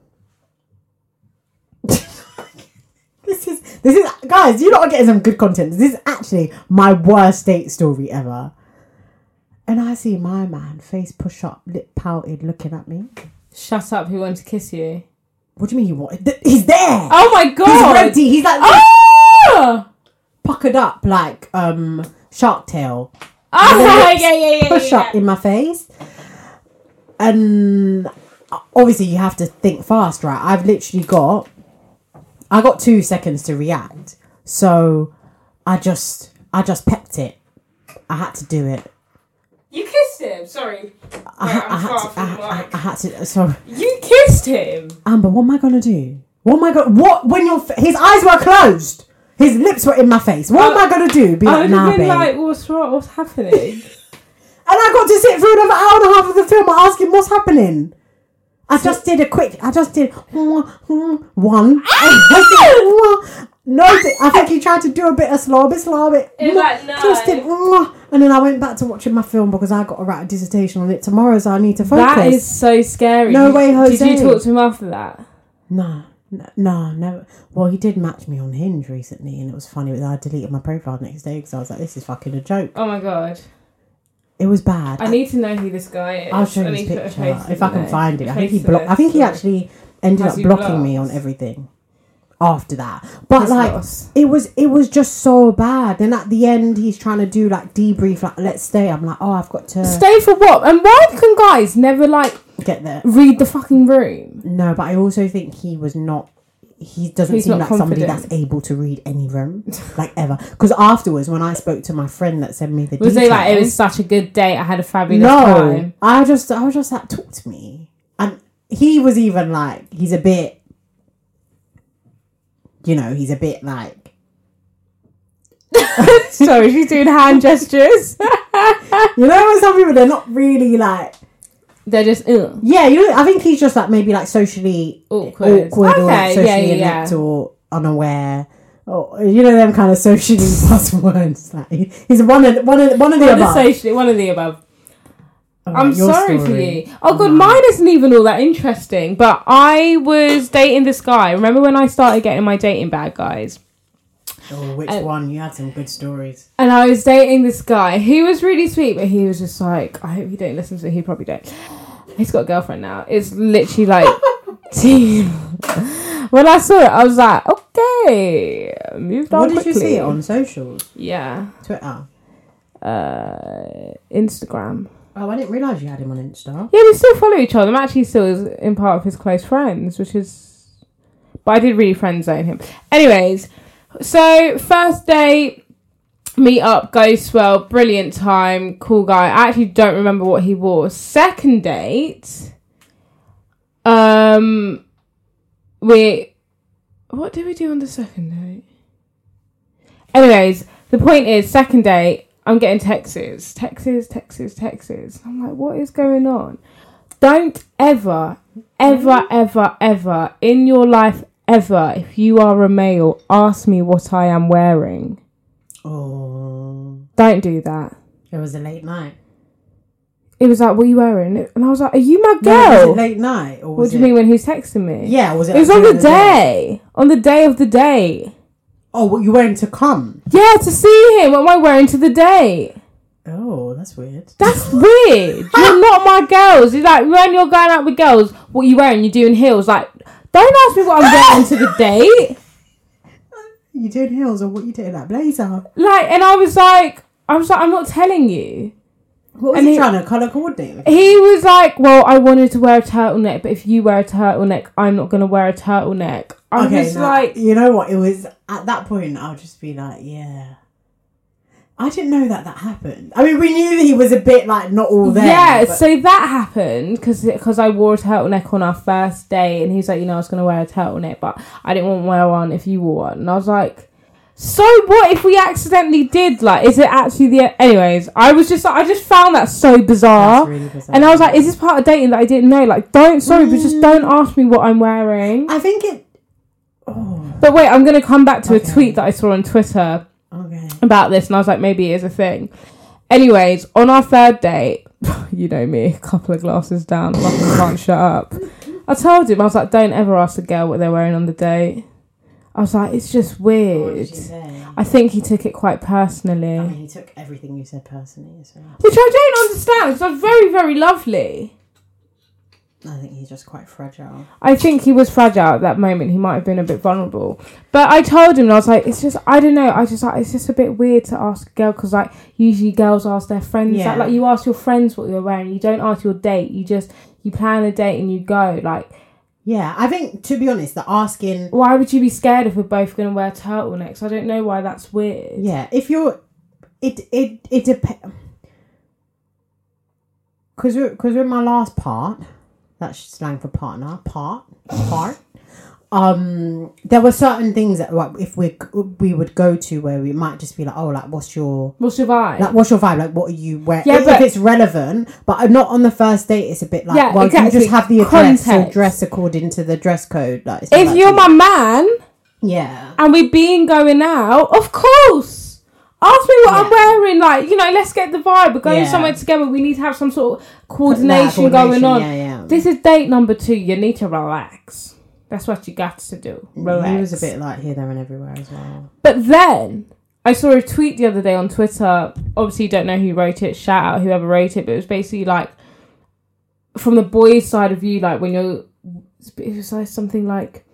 Speaker 2: <laughs> this is this is guys, you lot are getting some good content. This is actually my worst date story ever. And I see my man, face push up, lip pouted, looking at me.
Speaker 1: Shut up. Who wants to kiss you?
Speaker 2: What do you mean he wanted? th- He's there.
Speaker 1: Oh my
Speaker 2: He's
Speaker 1: god. Oh!
Speaker 2: ready. He's like
Speaker 1: Ah!
Speaker 2: puckered up, like um shark tail.
Speaker 1: Ah, yeah, yeah, yeah.
Speaker 2: push
Speaker 1: yeah,
Speaker 2: up in my face. And obviously, you have to think fast, right? I've literally got, I got two seconds to react, so I just, I just pepped it. I had to do it.
Speaker 1: You kissed him. Sorry.
Speaker 2: I, ha- I had to. I, ha- I, I had to. Sorry,
Speaker 1: You kissed him.
Speaker 2: Amber. What am I gonna do? What am I gonna? What when your f- his eyes were closed, his lips were in my face. What am I gonna do? Be
Speaker 1: I
Speaker 2: like,
Speaker 1: would
Speaker 2: nah,
Speaker 1: have been
Speaker 2: babe.
Speaker 1: like, what's wrong? What's
Speaker 2: <laughs>
Speaker 1: happening?
Speaker 2: And I got to sit through another hour and a half of the film asking what's happening. I just did a quick. I just did
Speaker 1: <laughs>
Speaker 2: one. one. I said, no, I think he tried to do a bit of slob it, slob it.
Speaker 1: It's like, no.
Speaker 2: Just did, and then I went back to watching my film because I got to write a dissertation on it tomorrow, so I need to focus.
Speaker 1: that is so scary.
Speaker 2: No
Speaker 1: Did-
Speaker 2: way,
Speaker 1: Did
Speaker 2: Jose.
Speaker 1: you talk to him after that?
Speaker 2: No, no, no, no. Well, he did match me on Hinge recently, and it was funny. that I deleted my profile the next day because I was like, "This is fucking a joke."
Speaker 1: Oh my god.
Speaker 2: It was bad.
Speaker 1: I need to know who this guy is.
Speaker 2: I'll show
Speaker 1: I
Speaker 2: you
Speaker 1: need
Speaker 2: his
Speaker 1: to put a
Speaker 2: picture
Speaker 1: face to
Speaker 2: if I can
Speaker 1: the-
Speaker 2: find it. I
Speaker 1: face
Speaker 2: think he
Speaker 1: to
Speaker 2: blocked. I
Speaker 1: this,
Speaker 2: think he
Speaker 1: so-
Speaker 2: actually ended
Speaker 1: Has
Speaker 2: up
Speaker 1: he
Speaker 2: blocking me on
Speaker 1: blocked?
Speaker 2: everything after that. But
Speaker 1: His
Speaker 2: like,
Speaker 1: loss.
Speaker 2: it was it was just so bad. Then at the end, he's trying to do like debrief, like let's stay. I'm like, oh, I've got to
Speaker 1: Stay for what? And why can guys never like
Speaker 2: get there.
Speaker 1: read the fucking room?
Speaker 2: No, but I also think he was not. He doesn't
Speaker 1: He's
Speaker 2: seem
Speaker 1: not
Speaker 2: like somebody that's
Speaker 1: confident.
Speaker 2: able to read
Speaker 1: <laughs>
Speaker 2: any room, like ever. Because afterwards, when I spoke to my friend that sent me the
Speaker 1: Was they
Speaker 2: details,
Speaker 1: like it was such a good date? I had a fabulous
Speaker 2: No,
Speaker 1: time.
Speaker 2: I just, I was just like, talk to me. And he was even like, he's a bit, you know, he's a bit like,
Speaker 1: Sorry, she's doing hand gestures.
Speaker 2: you know, when some people they're not really like,
Speaker 1: They're just uh, Ugh,
Speaker 2: yeah, you know, I think he's just like maybe like socially
Speaker 1: awkward.
Speaker 2: awkward or like
Speaker 1: Okay,
Speaker 2: socially
Speaker 1: yeah, yeah,
Speaker 2: inept
Speaker 1: yeah.
Speaker 2: or unaware. Or, you know them kind of socially <laughs> buzzwords. Like he- he's one of one of one of the
Speaker 1: One of the
Speaker 2: above.
Speaker 1: socially, one of the above.
Speaker 2: Alright,
Speaker 1: I'm
Speaker 2: your
Speaker 1: sorry for
Speaker 2: story.
Speaker 1: you. Oh god, mine isn't even all that interesting. But I was dating this guy. Remember when I started getting my dating bag, guys?
Speaker 2: Oh, which
Speaker 1: Uh,
Speaker 2: one? You had some good stories.
Speaker 1: and I was dating this guy. He was really sweet, but he was just like, I hope you don't listen to it. He probably don't. He's got a girlfriend now. It's literally <laughs> like, when I saw it, I was like, okay, moved on.
Speaker 2: What did you
Speaker 1: quickly.
Speaker 2: see on socials?
Speaker 1: Yeah,
Speaker 2: Twitter.
Speaker 1: uh, Instagram.
Speaker 2: Oh, I didn't realize you had him on Insta.
Speaker 1: Yeah, we still follow each other. I'm actually still is- in part of his close friends, which is. But I did really friend zone him. Anyways, so first day, meet up, goes well, brilliant time, cool guy. I actually don't remember what he wore. Second date, um, we. What did we do on the second date? Anyways, the point is, second date, I'm getting texts, texts, texts, texts. I'm like, what is going on? Don't ever,
Speaker 2: Mm-hmm.
Speaker 1: ever, ever, ever in your life, ever, if you are a male, ask me what I am wearing.
Speaker 2: Oh,
Speaker 1: Don't do that.
Speaker 2: it was a late night.
Speaker 1: It was like, what are you wearing? And I was like, are you my
Speaker 2: Was
Speaker 1: girl?
Speaker 2: it late night? Or
Speaker 1: Oh. what
Speaker 2: was
Speaker 1: do
Speaker 2: it,
Speaker 1: you mean when he's texting me?
Speaker 2: Yeah, was it?
Speaker 1: It was
Speaker 2: like
Speaker 1: on the
Speaker 2: during
Speaker 1: day, on the day of the day.
Speaker 2: Oh, what you wearing to come?
Speaker 1: Yeah, to see him. What am I wearing to the day?
Speaker 2: Oh, that's weird. <laughs>
Speaker 1: That's weird. You're not my girls. You're like when you're going out with girls, what you wearing? You're doing heels. Like, don't ask me what I'm wearing to the date.
Speaker 2: You doing heels or what you doing that blazer?
Speaker 1: Like, and I was like, I was like, I'm not telling you.
Speaker 2: What was
Speaker 1: And
Speaker 2: he
Speaker 1: he-
Speaker 2: trying to colour coordinate? with?
Speaker 1: He was like, well, I wanted to wear a turtleneck, but if you wear a turtleneck, I'm not gonna wear a turtleneck. I was
Speaker 2: now,
Speaker 1: like,
Speaker 2: you know what? It was at that point. I'll just be like, yeah. I didn't know that that happened. I mean, we knew that he was a bit like not all there.
Speaker 1: yeah.
Speaker 2: but-
Speaker 1: So that happened because because I wore a turtleneck on our first day, and he was like, you know, I was gonna wear a turtleneck, but I didn't want to wear one if you wore one, and I was like. So what if we accidentally did? Like, is it actually the? e-" Anyways, I was just I just found that so bizarre,
Speaker 2: That's really bizarre. Mm.
Speaker 1: and I was like, is this part of dating that I didn't know? Like, don't sorry, but just don't ask me what I'm wearing.
Speaker 2: I think it. Oh,
Speaker 1: But wait, I'm going to come back to
Speaker 2: Okay.
Speaker 1: a tweet that I saw on Twitter
Speaker 2: okay.
Speaker 1: about this, and I was like, maybe it is a thing. Anyways, on our third date, <laughs> you know me, a couple of glasses down, like I can't shut up. I told him, I was like, don't ever ask a girl what they're wearing on the date. I was like, it's just
Speaker 2: What did
Speaker 1: weird.
Speaker 2: you say?
Speaker 1: I think he took it quite personally,
Speaker 2: I mean, he took everything you said personally. So
Speaker 1: which I don't understand because I'm very, very lovely.
Speaker 2: I think he's just quite fragile.
Speaker 1: I think he was fragile at that moment. He might have been a bit vulnerable. But I told him, and I was like, it's just, I don't know. I just like, it's just a bit weird to ask a girl because like usually girls ask their friends.
Speaker 2: Yeah.
Speaker 1: That, like you ask your friends what you're wearing. You don't ask your date. You just you plan a date and you go. Like,
Speaker 2: Yeah, I think to be honest, the asking.
Speaker 1: why would you be scared if we're both gonna wear turtlenecks? I don't know why that's weird.
Speaker 2: Yeah, if you're, it it it depends. Cause we're cause we're in my last part. That's slang for partner. Part part. Um, there were certain things that like if we we would go to where we might just be like, oh, like what's your
Speaker 1: What's your vibe?
Speaker 2: like what's your vibe? Like what are you wearing?
Speaker 1: Yeah,
Speaker 2: if,
Speaker 1: but-
Speaker 2: it's relevant, but not on the first date. It's a bit like,
Speaker 1: Yeah,
Speaker 2: well, you
Speaker 1: exactly.
Speaker 2: just have the address or
Speaker 1: Context.
Speaker 2: dress according to the dress code. Like it's not
Speaker 1: if
Speaker 2: like
Speaker 1: you're
Speaker 2: something-
Speaker 1: my man
Speaker 2: yeah,
Speaker 1: and we've been going out, of course. Ask me what I'm wearing, like you know. Let's get the vibe. We're going
Speaker 2: Yeah.
Speaker 1: somewhere together. We need to have some sort of
Speaker 2: That
Speaker 1: coordination,
Speaker 2: coordination,
Speaker 1: going on.
Speaker 2: Yeah, yeah.
Speaker 1: This is date number two. You need to relax. That's what you got to do. Relax.
Speaker 2: He was a bit like here, there, and everywhere as well.
Speaker 1: But then I saw a tweet the other day on Twitter. Obviously, you don't know who wrote it. Shout out whoever wrote it. But it was basically like from the boys' side of you, like when you're. It was like something like,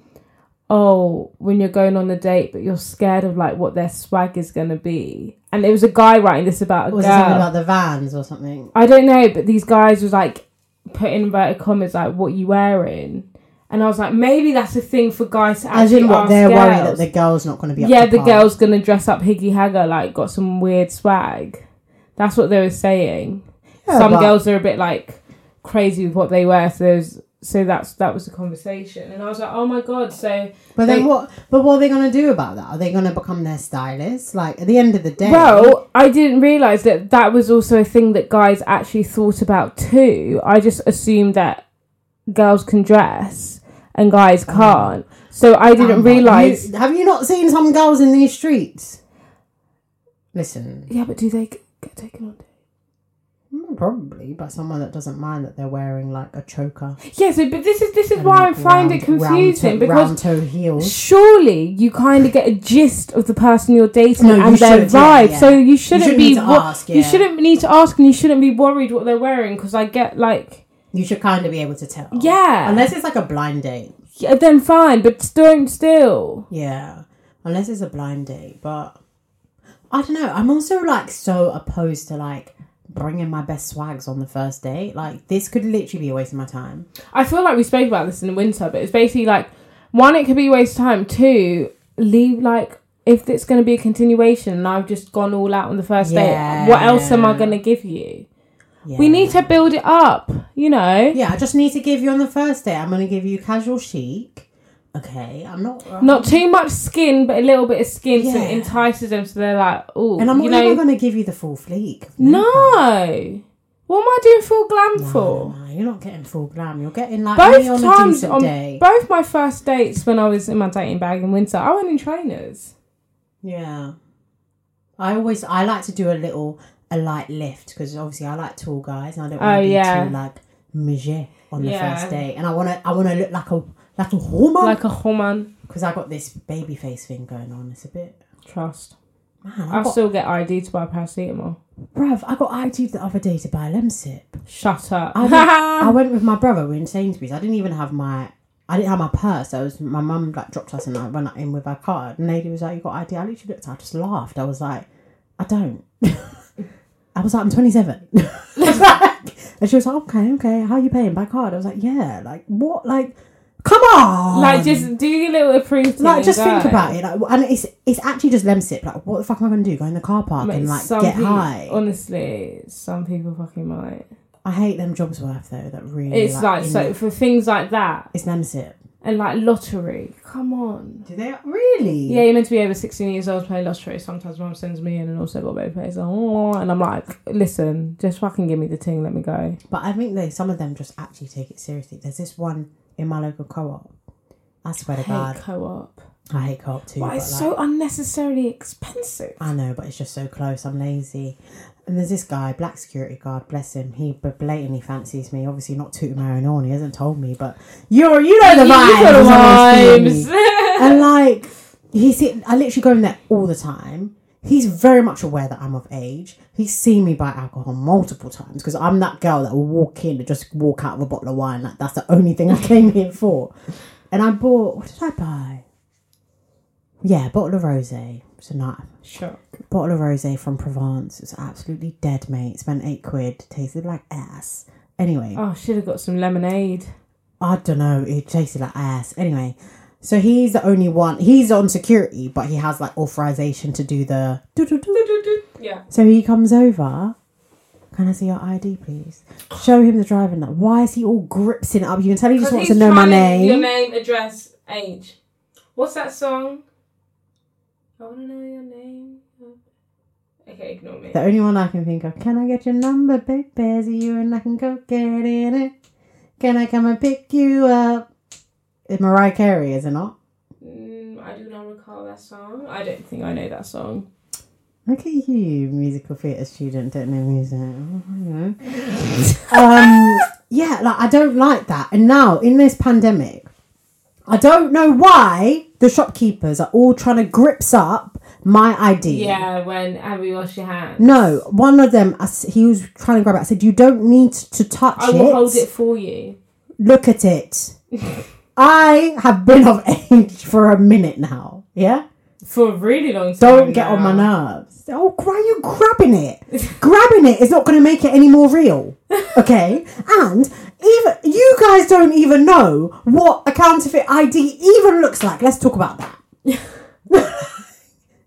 Speaker 1: oh, when you're going on a date, but you're scared of like what their swag is gonna be. And it was a guy writing this about a
Speaker 2: Was
Speaker 1: girl.
Speaker 2: it something about the vans or something?
Speaker 1: I don't know, but these guys was like put in inverted commas like what you wearing, and I was like maybe that's a thing for guys to
Speaker 2: As
Speaker 1: actually
Speaker 2: in what
Speaker 1: ask
Speaker 2: they're worried that
Speaker 1: girls.
Speaker 2: the girl's not going to be. Up
Speaker 1: yeah,
Speaker 2: to
Speaker 1: the
Speaker 2: par.
Speaker 1: girl's gonna dress up higgy hagger like got some weird swag. That's what they were saying.
Speaker 2: Yeah,
Speaker 1: some
Speaker 2: but-
Speaker 1: girls are a bit like crazy with what they wear, so there's so that's that was the conversation, and I was like, oh my god, so
Speaker 2: But then
Speaker 1: they-
Speaker 2: what? But what are they going to do about that? Are they going to become their stylist? Like at the end of the day,
Speaker 1: Well, I didn't realize that that was also a thing that guys actually thought about too. I just assumed that girls can dress and guys can't. So I didn't
Speaker 2: Um,
Speaker 1: realize.
Speaker 2: you- have you not seen some girls in these streets? Listen,
Speaker 1: Yeah, but do they get get taken on?
Speaker 2: mm, probably by someone that doesn't mind that they're wearing like a choker.
Speaker 1: Yeah, so but this is this is why I find it
Speaker 2: round-
Speaker 1: confusing
Speaker 2: round toe, round
Speaker 1: because
Speaker 2: toe heels.
Speaker 1: surely you kind of get a gist of the person you're dating
Speaker 2: No, you
Speaker 1: and their
Speaker 2: should, yeah,
Speaker 1: vibe.
Speaker 2: yeah.
Speaker 1: So you
Speaker 2: You
Speaker 1: shouldn't,
Speaker 2: shouldn't
Speaker 1: be
Speaker 2: need to
Speaker 1: wo-
Speaker 2: ask,
Speaker 1: you
Speaker 2: yeah.
Speaker 1: shouldn't need to ask and you shouldn't be worried what they're wearing because I get like
Speaker 2: You should kind of be able to tell.
Speaker 1: Yeah.
Speaker 2: unless it's like a blind date.
Speaker 1: yeah, then fine, but don't still.
Speaker 2: Yeah, unless it's a blind date. But I don't know. I'm also like so opposed to like bringing my best swags on the first date. Like this could literally be a waste of my time.
Speaker 1: I feel like we spoke about this in the winter, but it's basically like one, it could be a waste of time. Two, leave like if it's going to be a continuation and I've just gone all out on the first
Speaker 2: Yeah.
Speaker 1: date, what else am I going to give you?
Speaker 2: Yeah.
Speaker 1: We need to build it up, you know.
Speaker 2: Yeah, I just need to give you on the first date. I'm gonna give you casual chic. Okay, I'm not. uh,
Speaker 1: Not too much skin, but a little bit of skin, so
Speaker 2: Yeah.
Speaker 1: it entices them. So they're like, "Oh,
Speaker 2: and I'm
Speaker 1: you
Speaker 2: not
Speaker 1: know,
Speaker 2: even gonna give you the full fleek. of makeup.
Speaker 1: no." What am I doing full glam for?
Speaker 2: No, you're not getting full glam. You're getting like only
Speaker 1: Both
Speaker 2: on a
Speaker 1: times
Speaker 2: decent
Speaker 1: on
Speaker 2: day.
Speaker 1: both my first dates when I was in my dating bag in winter, I went in trainers.
Speaker 2: Yeah. I always I like to do a little a light lift because obviously I like tall guys and I don't want to
Speaker 1: Oh,
Speaker 2: be
Speaker 1: yeah.
Speaker 2: too like mege on the
Speaker 1: Yeah.
Speaker 2: first day and I want to I want to look like a like a woman
Speaker 1: Like a woman,
Speaker 2: because I got this baby face thing going on. It's a bit
Speaker 1: trust.
Speaker 2: Man, I
Speaker 1: I
Speaker 2: got,
Speaker 1: still get ID to buy paracetamol.
Speaker 2: bruv, I got ID'd the other day to buy a Lemsip.
Speaker 1: Shut up. <laughs>
Speaker 2: I, went- I went with my brother. We were in Sainsbury's. I didn't even have my. I didn't have my purse. I was my mum like dropped us and I went in with our card. And lady was like, "You got ID?" I literally looked. at her, I just laughed. I was like, "I don't." <laughs> I was like, "I'm 27." and she was <laughs> like, "Okay, okay. How are you paying by card?" I was like, "Yeah." Like what? Like, come on.
Speaker 1: like just do your little approved.
Speaker 2: Like just think about it, like, and it's it's actually just lemsip. Like, what the fuck am I gonna do? Go in the car park and like get
Speaker 1: people,
Speaker 2: high.
Speaker 1: Honestly, some people fucking might.
Speaker 2: I hate them jobs worth though. That really
Speaker 1: It's like,
Speaker 2: in-
Speaker 1: so for things like that
Speaker 2: it's lemsip.
Speaker 1: and like lottery. Come on.
Speaker 2: Do they really?
Speaker 1: Yeah, you're meant to be over 16 years old to play lottery. Sometimes mum sends me in and also got baby plays. Oh, and I'm like, listen, just fucking give me the ting, let me go.
Speaker 2: But I think they some of them just actually take it seriously. There's this one in my local co-op. I swear to God,
Speaker 1: Hate co-op.
Speaker 2: I hate co-op too.
Speaker 1: But
Speaker 2: but,
Speaker 1: it's
Speaker 2: like,
Speaker 1: so unnecessarily expensive.
Speaker 2: I know, but it's just so close. I'm lazy. And there's this guy, black security guard, bless him. He b- blatantly fancies me. Obviously, not tooting my own horn. He hasn't told me, but you're you know the vibes. I'm always feeling you. and like he's I literally go in there all the time. He's very much aware that I'm of age. He's seen me buy alcohol multiple times because I'm that girl that will walk in and just walk out of a bottle of wine. Like that's the only thing I <laughs> came here for. And I bought what did I buy? Yeah, a bottle of rosé. So not
Speaker 1: Shock.
Speaker 2: bottle of rosé from Provence. It's absolutely dead, mate. Spent eight quid. Tasted like ass. Anyway,
Speaker 1: Oh, should have got some lemonade.
Speaker 2: I don't know. It tasted like ass. Anyway, so he's the only one. He's on security, but he has like authorization to do the.
Speaker 1: Yeah.
Speaker 2: So he comes over. Can I see your ID, please? Show him the driving license. Why is he all grips in it up? You can tell he just wants to know my
Speaker 1: Your
Speaker 2: name.
Speaker 1: name, address, age. What's that song? I want to know your name. Okay, ignore me.
Speaker 2: The only one I can think of. Can I get your number, baby? Is it you and I can go get in it. Can I come and pick you up? It's Mariah Carey, is it not?
Speaker 1: Mm, I do not recall that song. I don't think I know that song.
Speaker 2: Look at you, musical theatre student, don't know music. Oh, you know. <laughs> um, yeah, like I don't like that. And now in this pandemic, I don't know why the shopkeepers are all trying to grips up my ID.
Speaker 1: Yeah, when have you washed your hands?
Speaker 2: No, one of them, I s- he was trying to grab it. I said, "You don't need to touch
Speaker 1: I will hold it for you.
Speaker 2: Look at it. I have been of age for a minute now. Yeah."
Speaker 1: For a really long time.
Speaker 2: Don't get on my
Speaker 1: now.
Speaker 2: nerves. Oh, why are you grabbing it? grabbing it is not going to make it any more real. Okay? <laughs> and even you guys don't even know what a counterfeit ID even looks like. Let's talk about that. <laughs>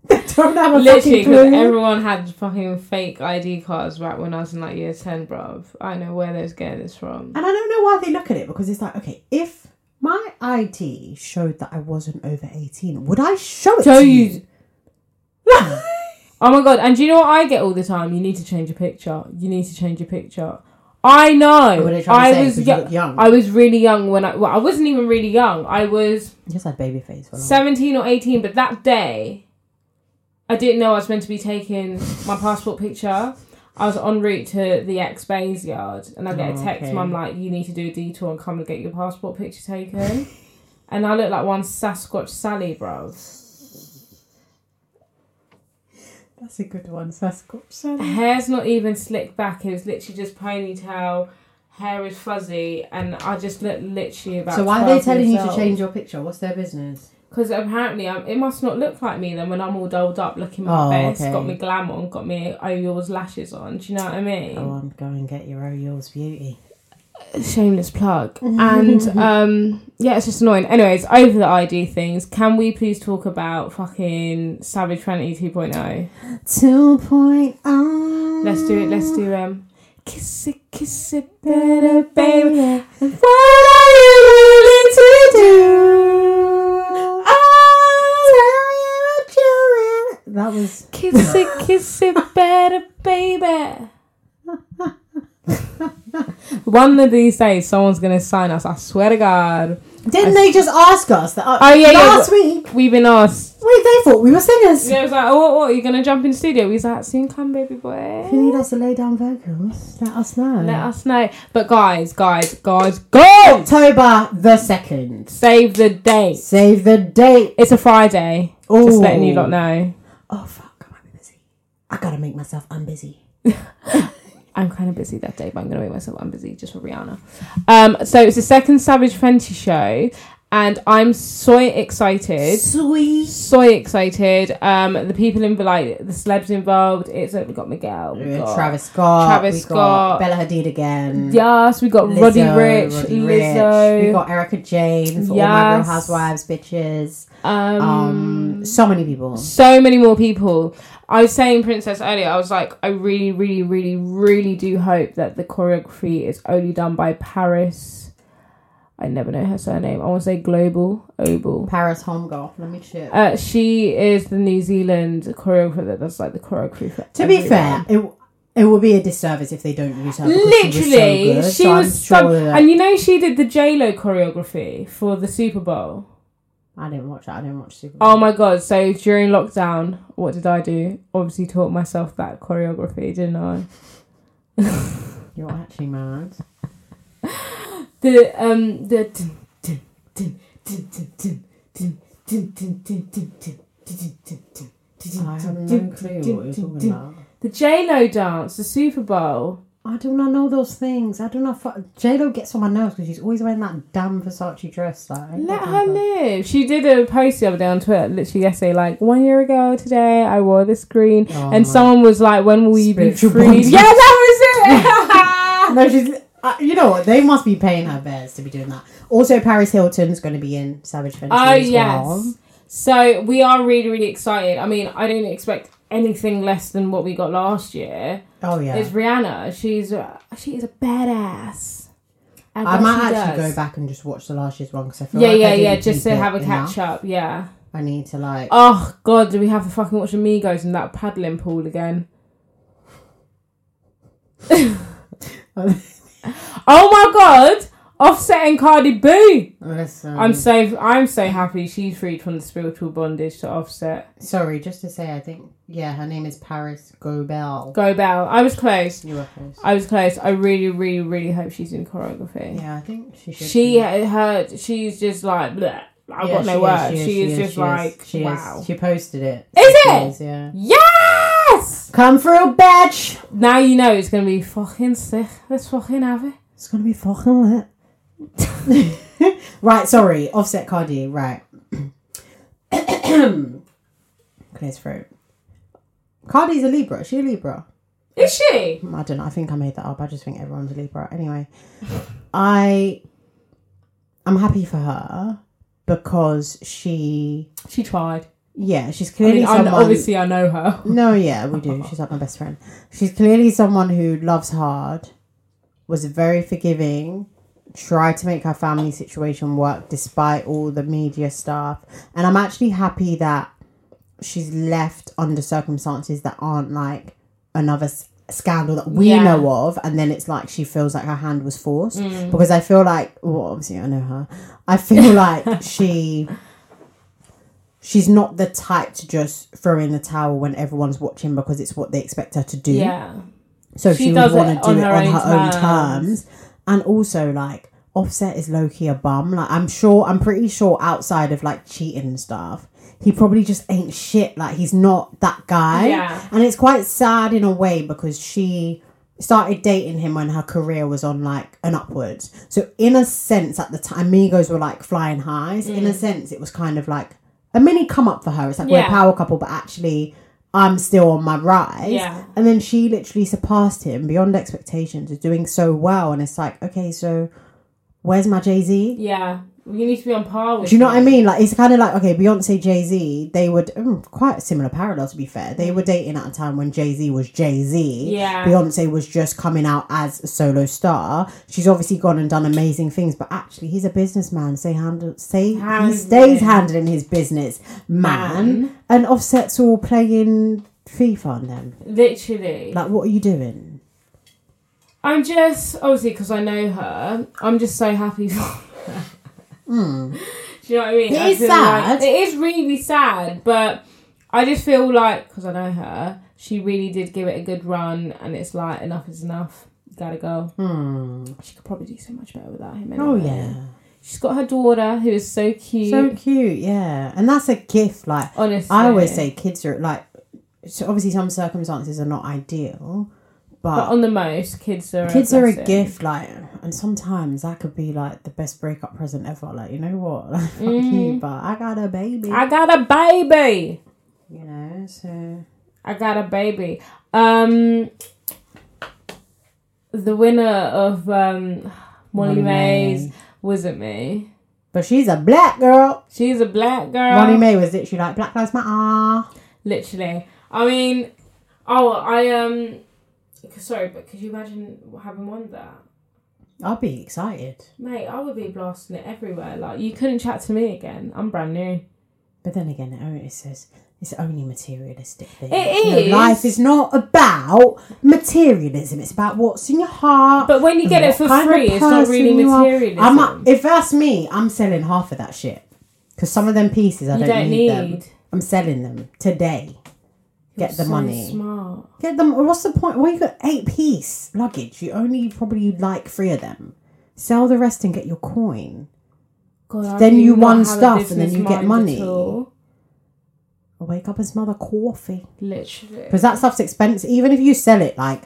Speaker 2: they don't have a
Speaker 1: Literally,
Speaker 2: fucking clue.
Speaker 1: because everyone had fucking fake ID cards back when I was in like year 10, bruv. I know where those getting this from.
Speaker 2: and I don't know why they look at it because it's like, okay, if my ID showed that I wasn't over 18, would I show it
Speaker 1: Show
Speaker 2: to
Speaker 1: you Oh my god! And do you know what I get all the time? You need to change your picture. You need to change your picture. I know.
Speaker 2: What are they trying to
Speaker 1: I
Speaker 2: say?
Speaker 1: was
Speaker 2: 'Cause you
Speaker 1: yo-
Speaker 2: look young.
Speaker 1: I was really young when I. Well, I wasn't even really young. I was
Speaker 2: Just had baby face. for a long-
Speaker 1: seventeen or eighteen. But that day, I didn't know I was meant to be taking my passport picture. I was en route to the ex Bay's yard, and I get a
Speaker 2: Oh,
Speaker 1: text.
Speaker 2: okay.
Speaker 1: Mum like, "You need to do a detour and come and get your passport picture taken." <laughs> and I look like one Sasquatch Sally, bro.
Speaker 2: That's a good one, Sasquatch.
Speaker 1: hair's not even slicked back. It was literally just ponytail. Hair is fuzzy, and I just look literally about.
Speaker 2: So why are they telling you to change your picture? What's their business?
Speaker 1: Because apparently, i it must not look like me then when I'm all dolled up, looking my
Speaker 2: Oh,
Speaker 1: best,
Speaker 2: okay.
Speaker 1: got me glam on, got me oh yours lashes on. Do you know what I mean?
Speaker 2: Go on, go and get your own yours beauty.
Speaker 1: Shameless plug. And um, yeah, it's just annoying. Anyways, over the ID things, can we please talk about fucking Savage Twenty 2.0?
Speaker 2: 2.0.
Speaker 1: Let's do it. Let's do um. Kiss it, kiss it better, baby. What are you willing to do?
Speaker 2: I'll tell you what you're in. That was
Speaker 1: Kiss it, kiss it better, baby. One of these days, someone's gonna sign us. I swear to God,
Speaker 2: Didn't they just ask us that? uh,
Speaker 1: Oh, yeah, yeah,
Speaker 2: last
Speaker 1: but-
Speaker 2: week.
Speaker 1: we've been asked.
Speaker 2: Wait, they thought we were singers.
Speaker 1: They was like, "Oh, what, what? You gonna jump in studio?" We was like, "Soon come, baby boy."
Speaker 2: If you need us to lay down vocals, let us know.
Speaker 1: Let us know. But guys, guys, guys, guys,
Speaker 2: October the second.
Speaker 1: save the date.
Speaker 2: Save the date.
Speaker 1: It's a Friday.
Speaker 2: Oh,
Speaker 1: Just letting you lot know.
Speaker 2: Oh fuck! I might be I gotta make myself unbusy.
Speaker 1: I'm kind of busy that day, but I'm going to make myself unbusy just for Rihanna. Um, so it's the second Savage Fenty show, and I'm so excited.
Speaker 2: Sweet.
Speaker 1: So excited. Um, the people involved, like the celebs involved. It's uh, we got Miguel, we got
Speaker 2: Travis Scott.
Speaker 1: Travis
Speaker 2: we got
Speaker 1: Scott.
Speaker 2: Bella Hadid again.
Speaker 1: Yes, we got
Speaker 2: Lizzo,
Speaker 1: Roddy Rich,
Speaker 2: Roddy Rich.
Speaker 1: Lizzo.
Speaker 2: We got Erica Jane for all my Real
Speaker 1: Yes.
Speaker 2: Housewives bitches.
Speaker 1: um,
Speaker 2: Um, so many people.
Speaker 1: so many more people. I was saying Princess earlier, I was like, I really, really, really, really do hope that the choreography is only done by Paris. I never know her surname. I want to say Global Oval.
Speaker 2: Paris homegirl. Let me check.
Speaker 1: Uh, she is the New Zealand choreographer that does like the choreography. For
Speaker 2: to be
Speaker 1: everyone.
Speaker 2: fair, it it will be a disservice if they don't use her. because
Speaker 1: literally, she was,
Speaker 2: she was so good. so I'm
Speaker 1: sub-
Speaker 2: sure that-
Speaker 1: and you know she did the J Lo choreography for the Super Bowl.
Speaker 2: I didn't watch that. I didn't watch Super Bowl.
Speaker 1: Oh my god! So during lockdown, what did I do? Obviously, taught myself that choreography, didn't I?
Speaker 2: You're actually mad.
Speaker 1: the um the
Speaker 2: I have no clue what you're talking about.
Speaker 1: the J Lo dance, the Super Bowl.
Speaker 2: I do not know those things. I do not. Fu- J Lo gets on my nerves because she's always wearing that damn Versace dress. Like, I ain't
Speaker 1: Let
Speaker 2: got
Speaker 1: her
Speaker 2: time for-
Speaker 1: live. She did a post the other day on Twitter, literally yesterday, like one year ago today, I wore this green,
Speaker 2: Oh
Speaker 1: and
Speaker 2: my-
Speaker 1: someone was like, "When will you be
Speaker 2: Spiritual
Speaker 1: free?"
Speaker 2: bondage.
Speaker 1: Yeah, that was it.
Speaker 2: <laughs>
Speaker 1: <laughs>
Speaker 2: No, she's. Uh, you know what? They must be paying her bears to be doing that. Also, Paris Hilton's going to be in Savage Fenty.
Speaker 1: Oh
Speaker 2: as
Speaker 1: yes.
Speaker 2: well.
Speaker 1: So we are really really excited. I mean, I didn't expect anything less than what we got last year.
Speaker 2: Oh yeah.
Speaker 1: It's Rihanna. She's a, she is a badass. And
Speaker 2: I
Speaker 1: what
Speaker 2: might
Speaker 1: she
Speaker 2: actually
Speaker 1: does-
Speaker 2: go back and just watch the last year's one because I feel
Speaker 1: Yeah,
Speaker 2: like
Speaker 1: yeah,
Speaker 2: I
Speaker 1: yeah.
Speaker 2: didn't
Speaker 1: Just
Speaker 2: keep
Speaker 1: to
Speaker 2: it
Speaker 1: have a
Speaker 2: enough.
Speaker 1: catch up. Yeah.
Speaker 2: I need to like.
Speaker 1: Oh God, do we have to fucking watch Amigos in that paddling pool
Speaker 2: <laughs>
Speaker 1: again? Oh my God, Offset and Cardi B.
Speaker 2: Listen,
Speaker 1: I'm so I'm so happy she's freed from the spiritual bondage to Offset.
Speaker 2: sorry. Just to say, I think yeah, her name is Paris Gobel.
Speaker 1: Go Bell. I was close.
Speaker 2: You were close.
Speaker 1: I was close. I really, really, really hope she's in choreography.
Speaker 2: Yeah, I think she should.
Speaker 1: She
Speaker 2: be.
Speaker 1: her she's just like bleh. I've
Speaker 2: Yeah,
Speaker 1: got no
Speaker 2: she
Speaker 1: words.
Speaker 2: is,
Speaker 1: She,
Speaker 2: she
Speaker 1: is,
Speaker 2: is,
Speaker 1: just
Speaker 2: she is,
Speaker 1: like
Speaker 2: she is.
Speaker 1: wow.
Speaker 2: She posted it.
Speaker 1: Is
Speaker 2: She
Speaker 1: it?
Speaker 2: is, yeah.
Speaker 1: Yes.
Speaker 2: Come through, bitch.
Speaker 1: Now you know it's gonna be fucking sick. Let's fucking have it.
Speaker 2: It's gonna be fucking lit. <laughs> right, sorry, offset Cardi, right. <clears throat> Clears throat. Cardi's a Libra. Is she a Libra?
Speaker 1: Is she?
Speaker 2: I don't know. I think I made that up. I just think everyone's a Libra. Anyway, I I'm happy for her because she
Speaker 1: She tried.
Speaker 2: yeah she's
Speaker 1: I
Speaker 2: clearly
Speaker 1: mean, I kn-
Speaker 2: someone
Speaker 1: obviously I know her.
Speaker 2: <laughs> No, yeah, we do. She's like my best friend. She's clearly someone who loves hard, was very forgiving, tried to make her family situation work despite all the media stuff. And I'm actually happy that she's left under circumstances that aren't like another s- scandal that we
Speaker 1: Yeah.
Speaker 2: know of. And then it's like she feels like her hand was forced. Because I feel like, well, obviously I know her. I feel like she she's not the type to just throw in the towel when everyone's watching because it's what they expect her to do.
Speaker 1: Yeah.
Speaker 2: So
Speaker 1: She
Speaker 2: she, would
Speaker 1: does
Speaker 2: want
Speaker 1: it
Speaker 2: to
Speaker 1: on
Speaker 2: do it
Speaker 1: her
Speaker 2: on
Speaker 1: own
Speaker 2: her own
Speaker 1: terms.
Speaker 2: terms. And also, like, Offset is low key a bum. Like, I'm sure, I'm pretty sure outside of like cheating and stuff, he probably just ain't shit. Like, he's not that guy.
Speaker 1: Yeah.
Speaker 2: And it's quite sad in a way because she started dating him when her career was on like an upwards. So, in a sense, at the time, Migos were like flying highs. In a sense, it was kind of like a mini come up for her. It's like we're
Speaker 1: Mm. Yeah.
Speaker 2: a power couple, but actually, I'm still on my rise.
Speaker 1: Yeah.
Speaker 2: And then she literally surpassed him beyond expectations, is doing so well. And it's like, okay, so where's my Jay Z?
Speaker 1: Yeah. You need to be on par with
Speaker 2: Do you know
Speaker 1: me.
Speaker 2: what I mean? Like, it's kind of like, okay, Beyonce, Jay Z, they would, mm, quite a similar parallel to be fair. They were dating at a time when Jay Z was Jay Z.
Speaker 1: Yeah.
Speaker 2: Beyonce was just coming out as a solo star. She's obviously gone and done amazing things, but actually, he's a businessman. Say, handle, say, he
Speaker 1: Handling.
Speaker 2: stays handling his business, man. And Offset's all playing FIFA on them.
Speaker 1: Literally.
Speaker 2: Like, what are you doing?
Speaker 1: I'm just obviously because I know her. I'm just so happy for. Her. Do you know what I mean?
Speaker 2: Hmm. It
Speaker 1: I
Speaker 2: is
Speaker 1: feel
Speaker 2: sad.
Speaker 1: Like, it is really sad, but I just feel like because I know her, she really did give it a good run, and it's like enough is enough. You gotta go. She could probably do so much better without him. Anyway.
Speaker 2: Oh yeah,
Speaker 1: She's got her daughter who is so cute.
Speaker 2: so cute. Yeah, and that's a gift. Like
Speaker 1: Honestly,
Speaker 2: I always say, kids are like so obviously some circumstances are not ideal,
Speaker 1: But on the most, kids are
Speaker 2: kids are a
Speaker 1: blessing.
Speaker 2: gift like and sometimes that could be like the best breakup present ever like you know what <laughs> like fuck you but i got a baby
Speaker 1: Mm. I got a baby.
Speaker 2: you know so
Speaker 1: I got a baby. Um, the winner of um, Molly,
Speaker 2: Molly
Speaker 1: Mays
Speaker 2: May.
Speaker 1: wasn't me.
Speaker 2: but she's a black girl
Speaker 1: She's a black girl.
Speaker 2: Ronnie May was literally like Black Lives Matter.
Speaker 1: Literally. I mean, oh, I um, sorry, but could you imagine having won that?
Speaker 2: I'd be excited,
Speaker 1: Mate, I would be blasting it everywhere. Like you couldn't chat to me again. I'm brand new.
Speaker 2: but then again, it only says it's only materialistic things.
Speaker 1: It
Speaker 2: You know,
Speaker 1: is.
Speaker 2: life is not about materialism. It's about what's in your heart.
Speaker 1: But when you get it
Speaker 2: what
Speaker 1: for
Speaker 2: kind
Speaker 1: free,
Speaker 2: of
Speaker 1: it's not
Speaker 2: person
Speaker 1: really
Speaker 2: you are.
Speaker 1: materialism.
Speaker 2: I'm not- if that's me, I'm selling half of that shit because some of them pieces I
Speaker 1: you
Speaker 2: don't,
Speaker 1: don't
Speaker 2: need,
Speaker 1: need.
Speaker 2: them. I'm selling them today. Get the
Speaker 1: So
Speaker 2: money.
Speaker 1: Smart.
Speaker 2: Get them. What's the point? Well, you got eight piece luggage. You only probably like three of them. Sell the rest and get your coin.
Speaker 1: God, I
Speaker 2: Then
Speaker 1: do
Speaker 2: you
Speaker 1: not
Speaker 2: won
Speaker 1: have a
Speaker 2: stuff and then
Speaker 1: business
Speaker 2: you get
Speaker 1: mind
Speaker 2: money.
Speaker 1: at all.
Speaker 2: Or wake up and smell the coffee.
Speaker 1: Literally.
Speaker 2: Because that stuff's expensive. Even if you sell it like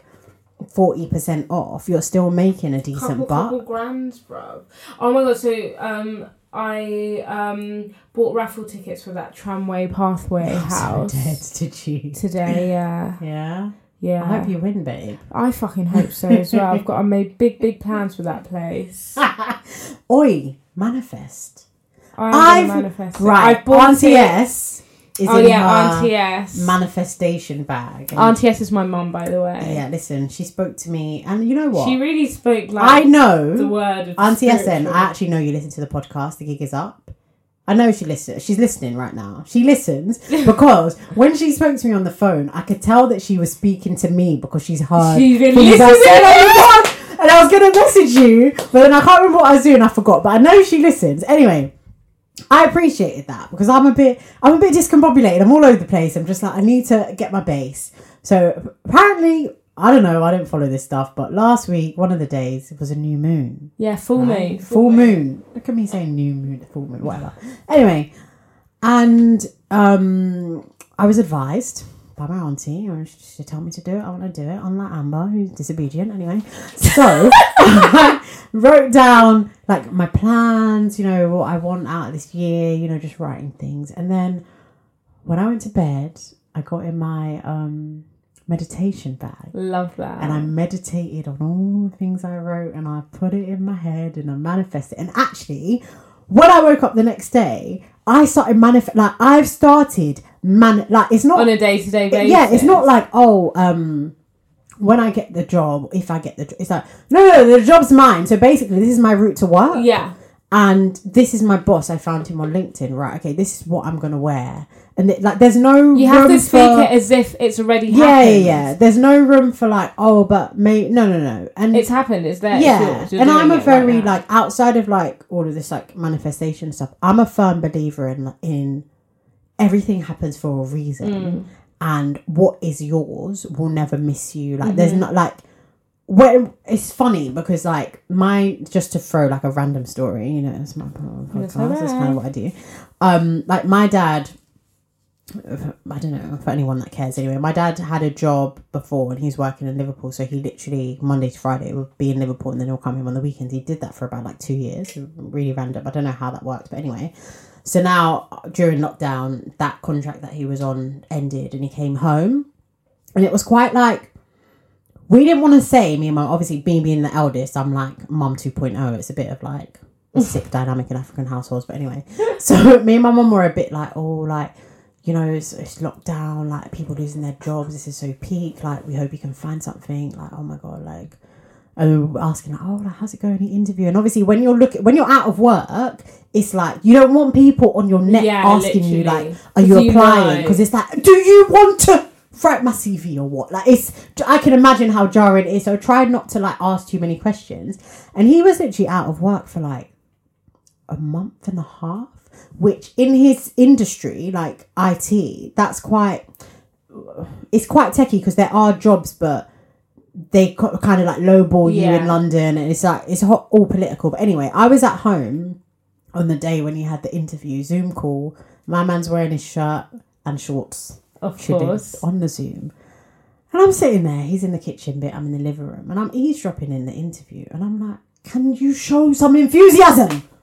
Speaker 2: 40% off, you're still making a decent
Speaker 1: couple,
Speaker 2: buck.
Speaker 1: couple grands, bro. Oh my god! So um, I um bought raffle tickets for that tramway pathway
Speaker 2: So
Speaker 1: house
Speaker 2: dead to choose.
Speaker 1: today. Yeah,
Speaker 2: <laughs> Yeah.
Speaker 1: yeah.
Speaker 2: I hope you win, babe. <laughs>
Speaker 1: I fucking hope so as well. I've got I made big, big plans for that place.
Speaker 2: Oi, manifest.
Speaker 1: I'm gonna manifest. it.
Speaker 2: right.
Speaker 1: I've bought
Speaker 2: Auntie
Speaker 1: it.
Speaker 2: S is
Speaker 1: Oh
Speaker 2: in
Speaker 1: yeah,
Speaker 2: her
Speaker 1: Auntie S.
Speaker 2: manifestation bag. And-
Speaker 1: Auntie S is my mum, by the way.
Speaker 2: yeah, listen, she spoke to me, and you know what?
Speaker 1: She really spoke
Speaker 2: I
Speaker 1: like
Speaker 2: know
Speaker 1: the word of
Speaker 2: Auntie SN,
Speaker 1: spiritual.
Speaker 2: I actually know you listen to the podcast. The gig is up. I know she listens. She's listening right now.
Speaker 1: <laughs>
Speaker 2: She listens because when she spoke to me on the phone, I could tell that she was speaking to me because she's heard.
Speaker 1: She's been
Speaker 2: things I
Speaker 1: listening.
Speaker 2: said on the pod. Oh and I was gonna message you, but then I can't remember what I was doing. I forgot. But I know she listens anyway. I appreciated that because I'm a bit, I'm a bit discombobulated. I'm all over the place. I'm just like, I need to get my base. So apparently, I don't know. I don't follow this stuff, but last week, one of the days, it was a new moon.
Speaker 1: Yeah, full moon.
Speaker 2: Full moon. Look at me saying new moon, full moon, whatever. Anyway, and um, I was advised by my auntie, and she she told me to do it. I want to do it. Unlike Amber, who's disobedient, anyway. So <laughs> I wrote down like my plans, you know, what I want out of this year, you know, just writing things. And then when I went to bed, I got in my um, meditation bag.
Speaker 1: Love that.
Speaker 2: And I meditated on all the things I wrote and I put it in my head and I manifested. And actually, when I woke up the next day, I started manifest like I've started man like it's not
Speaker 1: on a day to day basis.
Speaker 2: yeah, it's not like oh, um, when I get the job, if I get the, jo-, it's like no, no, no, the job's mine. So basically, this is my route to work
Speaker 1: Yeah.
Speaker 2: and this is my boss. I found him on LinkedIn. Right, okay, this is what I'm gonna wear, and it, like, there's no
Speaker 1: You have
Speaker 2: room
Speaker 1: to speak
Speaker 2: for,
Speaker 1: it as if it's already
Speaker 2: yeah, yeah,
Speaker 1: happened.
Speaker 2: yeah. There's no room for like, oh, but may no, no, no, and
Speaker 1: It's happened. It's there. it's
Speaker 2: yeah.
Speaker 1: yours, you're doing
Speaker 2: and I'm a
Speaker 1: it right
Speaker 2: very
Speaker 1: now.
Speaker 2: like outside of like all of this like manifestation stuff. I'm a firm believer in in everything happens for a reason,
Speaker 1: Mm.
Speaker 2: and what is yours will never miss you. Like there's not like when it's funny because like my just to throw like a random story, you know, it's my
Speaker 1: That's
Speaker 2: podcast. That's kind of what I do. Um, like my dad I don't know for anyone that cares anyway. My dad had a job before and he was working in Liverpool, so he literally Monday to Friday would be in Liverpool and then he'll come home on the weekends. He did that for about like two years, really random. I don't know how that worked, but anyway. So now during lockdown, that contract that he was on ended and he came home, and it was quite like we didn't want to say me and my obviously me being the eldest, I'm like mum 2.0. It's a bit of like
Speaker 1: <laughs>
Speaker 2: a sick dynamic in African households, but anyway. So <laughs> me and my mum were a bit like, oh, like you know, it's, it's locked down, like people losing their jobs. This is so peak. Like we hope you can find something. Like oh my god, like and we were asking like, oh, like, how's it going? in The interview, and obviously when you're looking, when you're out of work, it's like you don't want people on your neck
Speaker 1: Yeah,
Speaker 2: asking you
Speaker 1: literally.
Speaker 2: like, are you
Speaker 1: You
Speaker 2: applying?
Speaker 1: know.
Speaker 2: Because it's like, do you want to write my CV or what? Like, it's I can imagine how jarring it is. So I tried not to like ask too many questions. And he was literally out of work for like a month and a half, which in his industry, like IT, that's quite. It's quite techie because there are jobs, but they co- kind of like lowball you
Speaker 1: Yeah.
Speaker 2: in London, and it's like it's hot, all political. But anyway, I was at home on the day when he had the interview Zoom call. My man's wearing his shirt and shorts.
Speaker 1: Of
Speaker 2: she did
Speaker 1: course.
Speaker 2: on the Zoom. And I'm sitting there, he's in the kitchen bit, I'm in the living room, and I'm eavesdropping in the interview, and I'm like, can you show some enthusiasm? <laughs>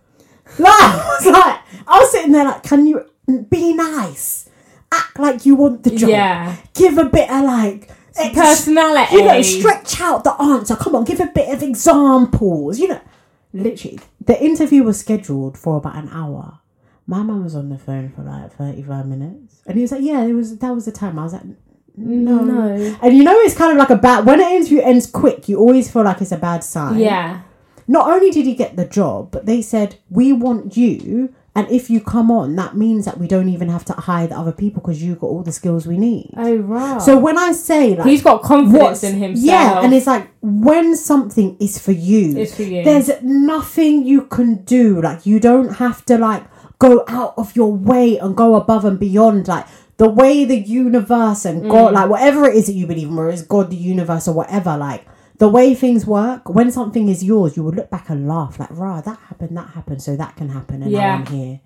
Speaker 2: Like, I was like, I was sitting there like, can you be nice? Act like you want the Oh, job.
Speaker 1: Yeah.
Speaker 2: Give a bit of like ex-
Speaker 1: Personality.
Speaker 2: You know, stretch out the answer. Come on, give a bit of examples. You know, literally, the interview was scheduled for about an hour. My mum was on the phone for like thirty-five minutes, and he was like, "Yeah, it was that was the time." I was like, "No,
Speaker 1: No.
Speaker 2: And you know, it's kind of like a bad when an interview ends quick. You always feel like it's a bad sign.
Speaker 1: Yeah.
Speaker 2: Not only did he get the job, but they said we want you. And if you come on, that means that we don't even have to hire the other people because you've got all the skills we need.
Speaker 1: Oh right.
Speaker 2: So when I say like
Speaker 1: he's got confidence
Speaker 2: what's
Speaker 1: in himself.
Speaker 2: Yeah, and it's like when something is for you,
Speaker 1: It's for you.
Speaker 2: There's nothing you can do. Like you don't have to like go out of your way and go above and beyond. Like the way the universe and
Speaker 1: Mm.
Speaker 2: God, like whatever it is that you believe in, whether it's God, the universe, or whatever, like. The way things work, when something is yours, you will look back and laugh like, "Rah, that happened, that happened, so that can happen, and
Speaker 1: Yeah.
Speaker 2: now I'm here."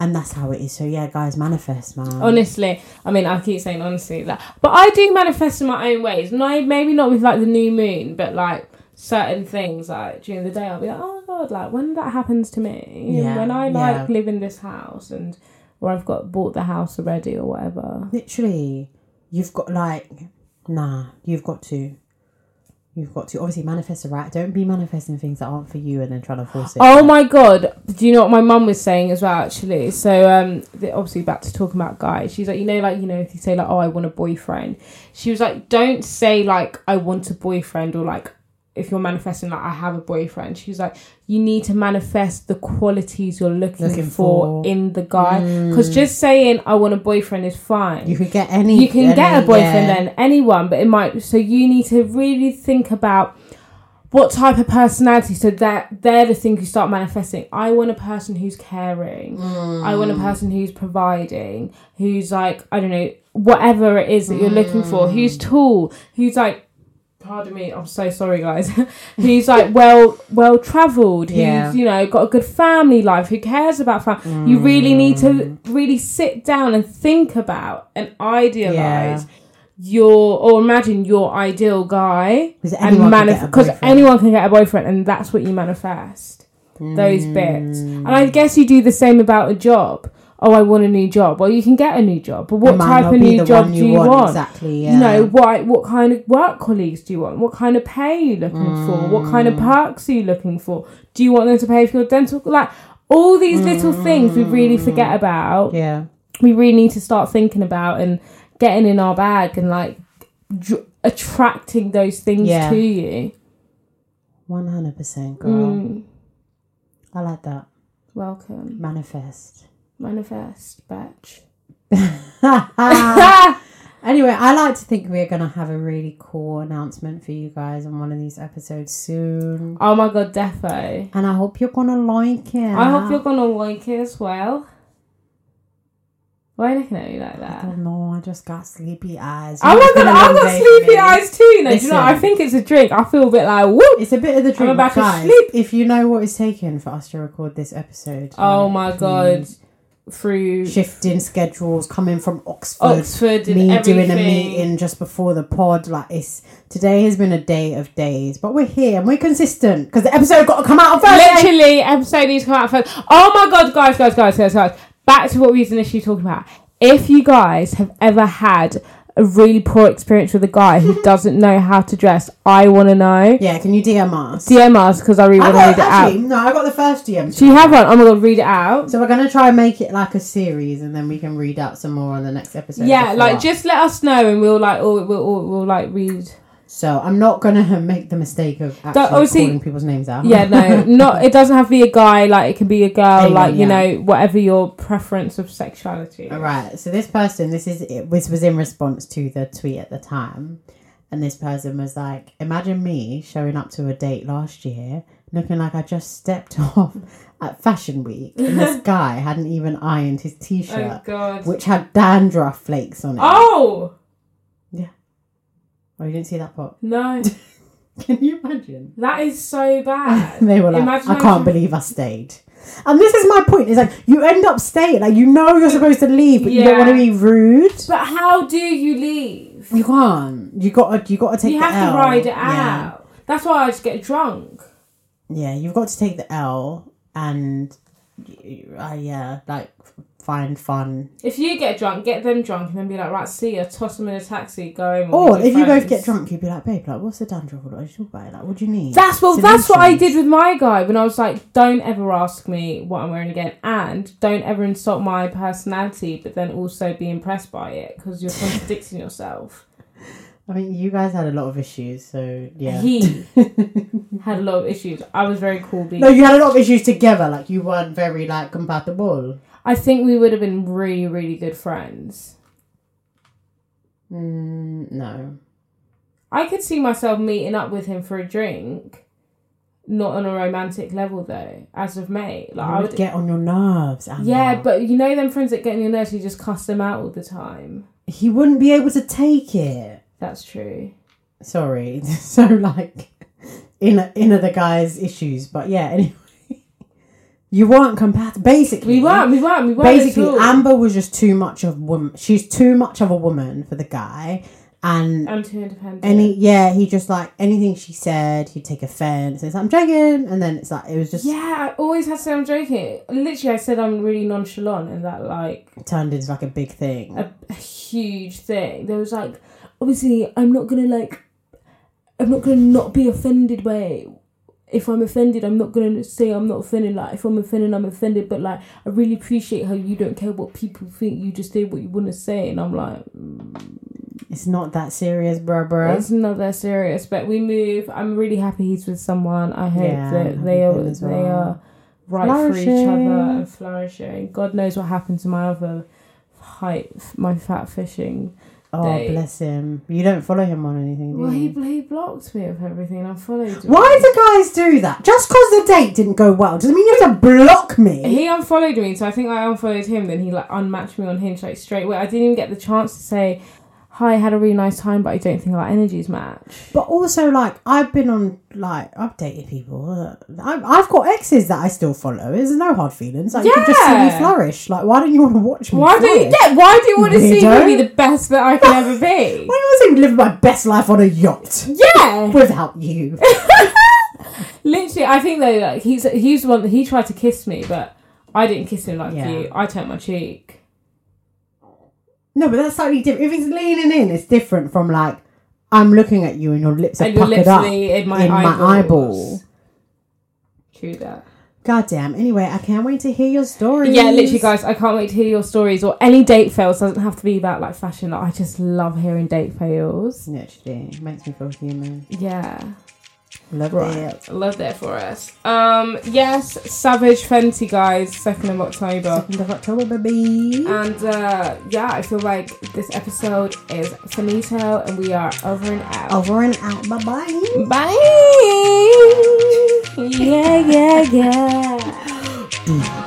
Speaker 2: And that's how it is. So yeah, guys, manifest, man.
Speaker 1: Oh, honestly, I mean, I keep saying honestly that, but I do manifest in my own ways. No, maybe not with like the new moon, but like certain things like during the day, I'll be like, oh god, like when that happens to me,
Speaker 2: Yeah,
Speaker 1: when I like
Speaker 2: yeah.
Speaker 1: live in this house and or I've got bought the house already or whatever.
Speaker 2: Literally, you've got like, nah, you've got to. You've got to. Obviously, manifest the right. Don't be manifesting things that aren't for you and then trying to force it.
Speaker 1: Oh my god! Do you know what my mum was saying as well? Actually, so um, the, obviously back to talking about guys. She's like, you know, like you know, if you say like, oh, I want a boyfriend, she was like, don't say like, I want a boyfriend or like, if you're manifesting like, I have a boyfriend. She was like, you need to manifest the qualities you're looking,
Speaker 2: Looking
Speaker 1: for,
Speaker 2: for. Mm.
Speaker 1: in the guy, because just saying I want a boyfriend is fine.
Speaker 2: You could get any.
Speaker 1: You can
Speaker 2: any-
Speaker 1: get a boyfriend
Speaker 2: yeah.
Speaker 1: then, anyone, but it might. So you need to really think about what type of personality. So that they're the thing you start manifesting. I want a person who's caring. I want a person who's providing. Who's like I don't know whatever it is that you're looking for. Who's tall. Who's like. Pardon me, I'm so sorry, guys. <laughs> who's like well, well travelled?
Speaker 2: Yeah.
Speaker 1: Who's you know got a good family life? Who cares about family? You really need to really sit down and think about and idealize
Speaker 2: Yeah.
Speaker 1: your or imagine your ideal guy
Speaker 2: 'Cause
Speaker 1: and
Speaker 2: anyone can
Speaker 1: manifest
Speaker 2: get a
Speaker 1: because
Speaker 2: boyfriend.
Speaker 1: anyone can get a boyfriend and that's what you manifest those bits and i guess you do the same about a job oh i want a new job well you can get a new job but what
Speaker 2: It might
Speaker 1: type
Speaker 2: not
Speaker 1: of
Speaker 2: be
Speaker 1: new
Speaker 2: the
Speaker 1: job
Speaker 2: one
Speaker 1: do you want,
Speaker 2: Exactly. Yeah.
Speaker 1: you know why what kind of work colleagues do you want what kind of pay are you looking for what kind of
Speaker 2: Mm.
Speaker 1: perks are you looking for do you want them to pay for your dental like all these little things we really
Speaker 2: Mm.
Speaker 1: forget about
Speaker 2: Yeah.
Speaker 1: we really need to start thinking about and getting in our bag and like dr- attracting those things
Speaker 2: Yeah.
Speaker 1: to you.
Speaker 2: One hundred percent, girl.
Speaker 1: Mm.
Speaker 2: I like that.
Speaker 1: Welcome,
Speaker 2: Manifest. <laughs>
Speaker 1: manifest, batch.
Speaker 2: Anyway, I like to think we're gonna have a really cool announcement for you guys on one of these episodes soon,
Speaker 1: oh my god, defo.
Speaker 2: and I hope you're gonna like it.
Speaker 1: I hope you're gonna like it as well. Why are you looking at me like
Speaker 2: I
Speaker 1: that?
Speaker 2: don't know. I just got sleepy eyes.
Speaker 1: Oh my
Speaker 2: It's been
Speaker 1: god,
Speaker 2: a
Speaker 1: I've got
Speaker 2: long day for
Speaker 1: sleepy
Speaker 2: me.
Speaker 1: eyes too. You know, do you know,
Speaker 2: Listen.
Speaker 1: I think it's a drink. I feel a bit like whoop.
Speaker 2: It's a bit of the dream,
Speaker 1: about to
Speaker 2: guys.
Speaker 1: sleep.
Speaker 2: If you know what it's taken for us to record this episode,
Speaker 1: Oh
Speaker 2: like,
Speaker 1: my god,
Speaker 2: please.
Speaker 1: through
Speaker 2: shifting schedules, coming from Oxford,
Speaker 1: Oxford and
Speaker 2: me
Speaker 1: everything.
Speaker 2: doing a meeting just before the pod. Like it's today has been a day of days, but we're here and we're consistent because the episode got to come out on Thursday.
Speaker 1: Literally, episode needs to come out first. Oh my god, guys, guys, guys, guys, guys. Back to what we was initially talking about. If you guys have ever had a really poor experience with a guy
Speaker 2: <laughs>
Speaker 1: who doesn't know how to dress, I want to know.
Speaker 2: Yeah, can you DM us?
Speaker 1: DM us because I really
Speaker 2: I
Speaker 1: want to
Speaker 2: got,
Speaker 1: read it
Speaker 2: actually,
Speaker 1: out.
Speaker 2: no, I got the first DM.
Speaker 1: Do you have one? Oh my god, read it out.
Speaker 2: so we're gonna try and make it like a series, and then we can read out some more on the next episode.
Speaker 1: Yeah,
Speaker 2: before
Speaker 1: like
Speaker 2: us.
Speaker 1: just let us know and we'll like all we'll all, we'll like
Speaker 2: <laughs>
Speaker 1: read.
Speaker 2: So I'm not gonna <laughs> make the mistake of actually
Speaker 1: obviously-
Speaker 2: calling people's names out.
Speaker 1: Yeah, no, not it doesn't have to be a guy. Like it can be a girl.
Speaker 2: Anyone,
Speaker 1: like you
Speaker 2: yeah. Oh,
Speaker 1: know, whatever your preference of sexuality.
Speaker 2: All <laughs> right. So this person, this is it was was in response to the tweet at the time, and this person was like, "Imagine me showing up to a date last year, looking like I just stepped <laughs> off at Fashion Week,
Speaker 1: <laughs>
Speaker 2: and this guy hadn't even ironed his
Speaker 1: Oh
Speaker 2: t-shirt,
Speaker 1: god.
Speaker 2: which had dandruff flakes on it."
Speaker 1: Oh
Speaker 2: oh you didn't see that part. <laughs>
Speaker 1: no.
Speaker 2: Can you imagine?
Speaker 1: That is so
Speaker 2: <laughs>
Speaker 1: bad.
Speaker 2: And they were like,
Speaker 1: Imagine
Speaker 2: I can't
Speaker 1: having-
Speaker 2: believe I stayed. And this is my point. It's like you end up staying. Like you know you're supposed to leave, but you don't
Speaker 1: Yeah.
Speaker 2: want to be rude.
Speaker 1: But how do you leave?
Speaker 2: You can't. You gotta. You gotta take.
Speaker 1: You
Speaker 2: the
Speaker 1: have to
Speaker 2: L.
Speaker 1: ride it
Speaker 2: Yeah.
Speaker 1: out. That's why I just get drunk.
Speaker 2: yeah, you've got to take the L and uh, yeah, like find fun.
Speaker 1: If you get drunk, get them drunk and then be like, right, see ya, toss them in a taxi, go home.
Speaker 2: Or
Speaker 1: with your
Speaker 2: if you both
Speaker 1: friends.
Speaker 2: get drunk, you'd be like, babe, like what's the dandruff? What are you talking about? Like, what do you need?
Speaker 1: That's well, that's what I
Speaker 2: Solutions.
Speaker 1: did with my guy when I was like, don't ever ask me what I'm wearing again, and don't ever insult my personality, but then also be impressed by it because you're contradicting yourself.
Speaker 2: I mean, you guys had a lot of issues, so yeah. <laughs>
Speaker 1: He had a lot of issues. I was very cool. being-
Speaker 2: no, you had a lot of issues together. Like you weren't very like compatible.
Speaker 1: I think we would have been really, really good friends.
Speaker 2: Mm, no.
Speaker 1: I could see myself meeting up with him for a drink, not on a romantic level though. As of May, like I
Speaker 2: I
Speaker 1: would.
Speaker 2: would get on your nerves. Amber.
Speaker 1: yeah, but you know them friends that get in your nerves, you just cuss them out all the time.
Speaker 2: he wouldn't be able to take it.
Speaker 1: That's true.
Speaker 2: Sorry, <laughs> so like in in the guy's issues, but yeah. Anyway, <laughs> you weren't compatible. Basically,
Speaker 1: We weren't. We weren't. We weren't.
Speaker 2: Basically,
Speaker 1: at all.
Speaker 2: Amber was just too much of woman. She's too much of a woman for the guy, and
Speaker 1: I'm too independent.
Speaker 2: any yeah, he just like anything she said, he'd take offense. It's like I'm joking, and then it's like it was just
Speaker 1: yeah, I always had to say I'm joking. Literally, I said I'm really nonchalant, and that like
Speaker 2: turned into like a big thing.
Speaker 1: a, a huge thing. There was like, obviously, I'm not gonna like, I'm not gonna not be offended by it. If I'm offended, I'm not gonna say I'm not offended. Like if I'm offended, I'm offended. But like, I really appreciate how you don't care what people think. You just say what you want to say, and I'm like,
Speaker 2: it's not that serious, bruh, bruh.
Speaker 1: It's not that serious, but we move. I'm really happy he's with someone. I hope
Speaker 2: Yeah, I'm
Speaker 1: that
Speaker 2: happy
Speaker 1: they
Speaker 2: for
Speaker 1: are
Speaker 2: him as
Speaker 1: they
Speaker 2: well.
Speaker 1: are right for each other
Speaker 2: Flourishing.
Speaker 1: and flourishing. God knows what happened to my other height, my fat fishing.
Speaker 2: oh,
Speaker 1: they-
Speaker 2: bless him. You don't follow him on anything. Do
Speaker 1: Well, he
Speaker 2: you?
Speaker 1: he blocked me of everything. I followed. him.
Speaker 2: Mm. Why do guys do that? Just because the date didn't go well doesn't mean you have to block me.
Speaker 1: He unfollowed me, so I think I unfollowed him. Then he like unmatched me on Hinge like straight away. I didn't even get the chance to say, "Hi, I had a really nice time, but I don't think our energies match."
Speaker 2: But also, like, I've been on, like, I've dated people. I, I've got exes that I still follow. There's no hard feelings. Like, you can just see me
Speaker 1: Yeah.
Speaker 2: flourish. Like, why don't you want to watch me
Speaker 1: Why do
Speaker 2: flourish?
Speaker 1: you get? Why do you want to see
Speaker 2: Weirdo.
Speaker 1: me be the best that I can ever be?
Speaker 2: <laughs> Why do you want to see me live my best life on a yacht
Speaker 1: Yeah,
Speaker 2: without you?
Speaker 1: literally. I think though, like he's he's the one that he tried to kiss me, but I didn't kiss him like
Speaker 2: Yeah.
Speaker 1: you. I turned my cheek.
Speaker 2: no, but that's slightly different. If it's leaning in, it's different from, like, I'm looking at you and your lips are
Speaker 1: And you're
Speaker 2: puckered up
Speaker 1: literally in my eyeballs.
Speaker 2: eyeball.
Speaker 1: True that.
Speaker 2: God damn. Anyway, I can't wait to hear your story.
Speaker 1: Yeah, literally, guys. I can't wait to hear your stories or any date fails. Doesn't have to be about like fashion. Like, I just love hearing date fails.
Speaker 2: Literally. Makes me feel human.
Speaker 1: Yeah,
Speaker 2: Love
Speaker 1: right.
Speaker 2: it.
Speaker 1: Love that for us. Um, yes, Savage Fenty, guys. Second of October.
Speaker 2: End of October, baby.
Speaker 1: And uh, yeah, I feel like this episode is finito, and we are over and out.
Speaker 2: Over and out. Bye bye.
Speaker 1: Bye. Yeah, yeah, yeah.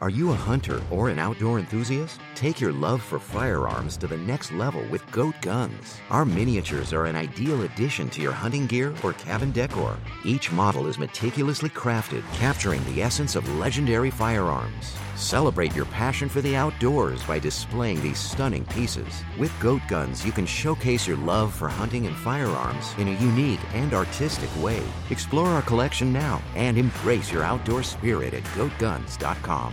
Speaker 3: Are you a hunter or an outdoor enthusiast? Take your love for firearms to the next level with Goat Guns. Our miniatures are an ideal addition to your hunting gear or cabin decor. Each model is meticulously crafted, capturing the essence of legendary firearms. Celebrate your passion for the outdoors by displaying these stunning pieces. With Goat Guns, you can showcase your love for hunting and firearms in a unique and artistic way. Explore our collection now and embrace your outdoor spirit at goatguns.com.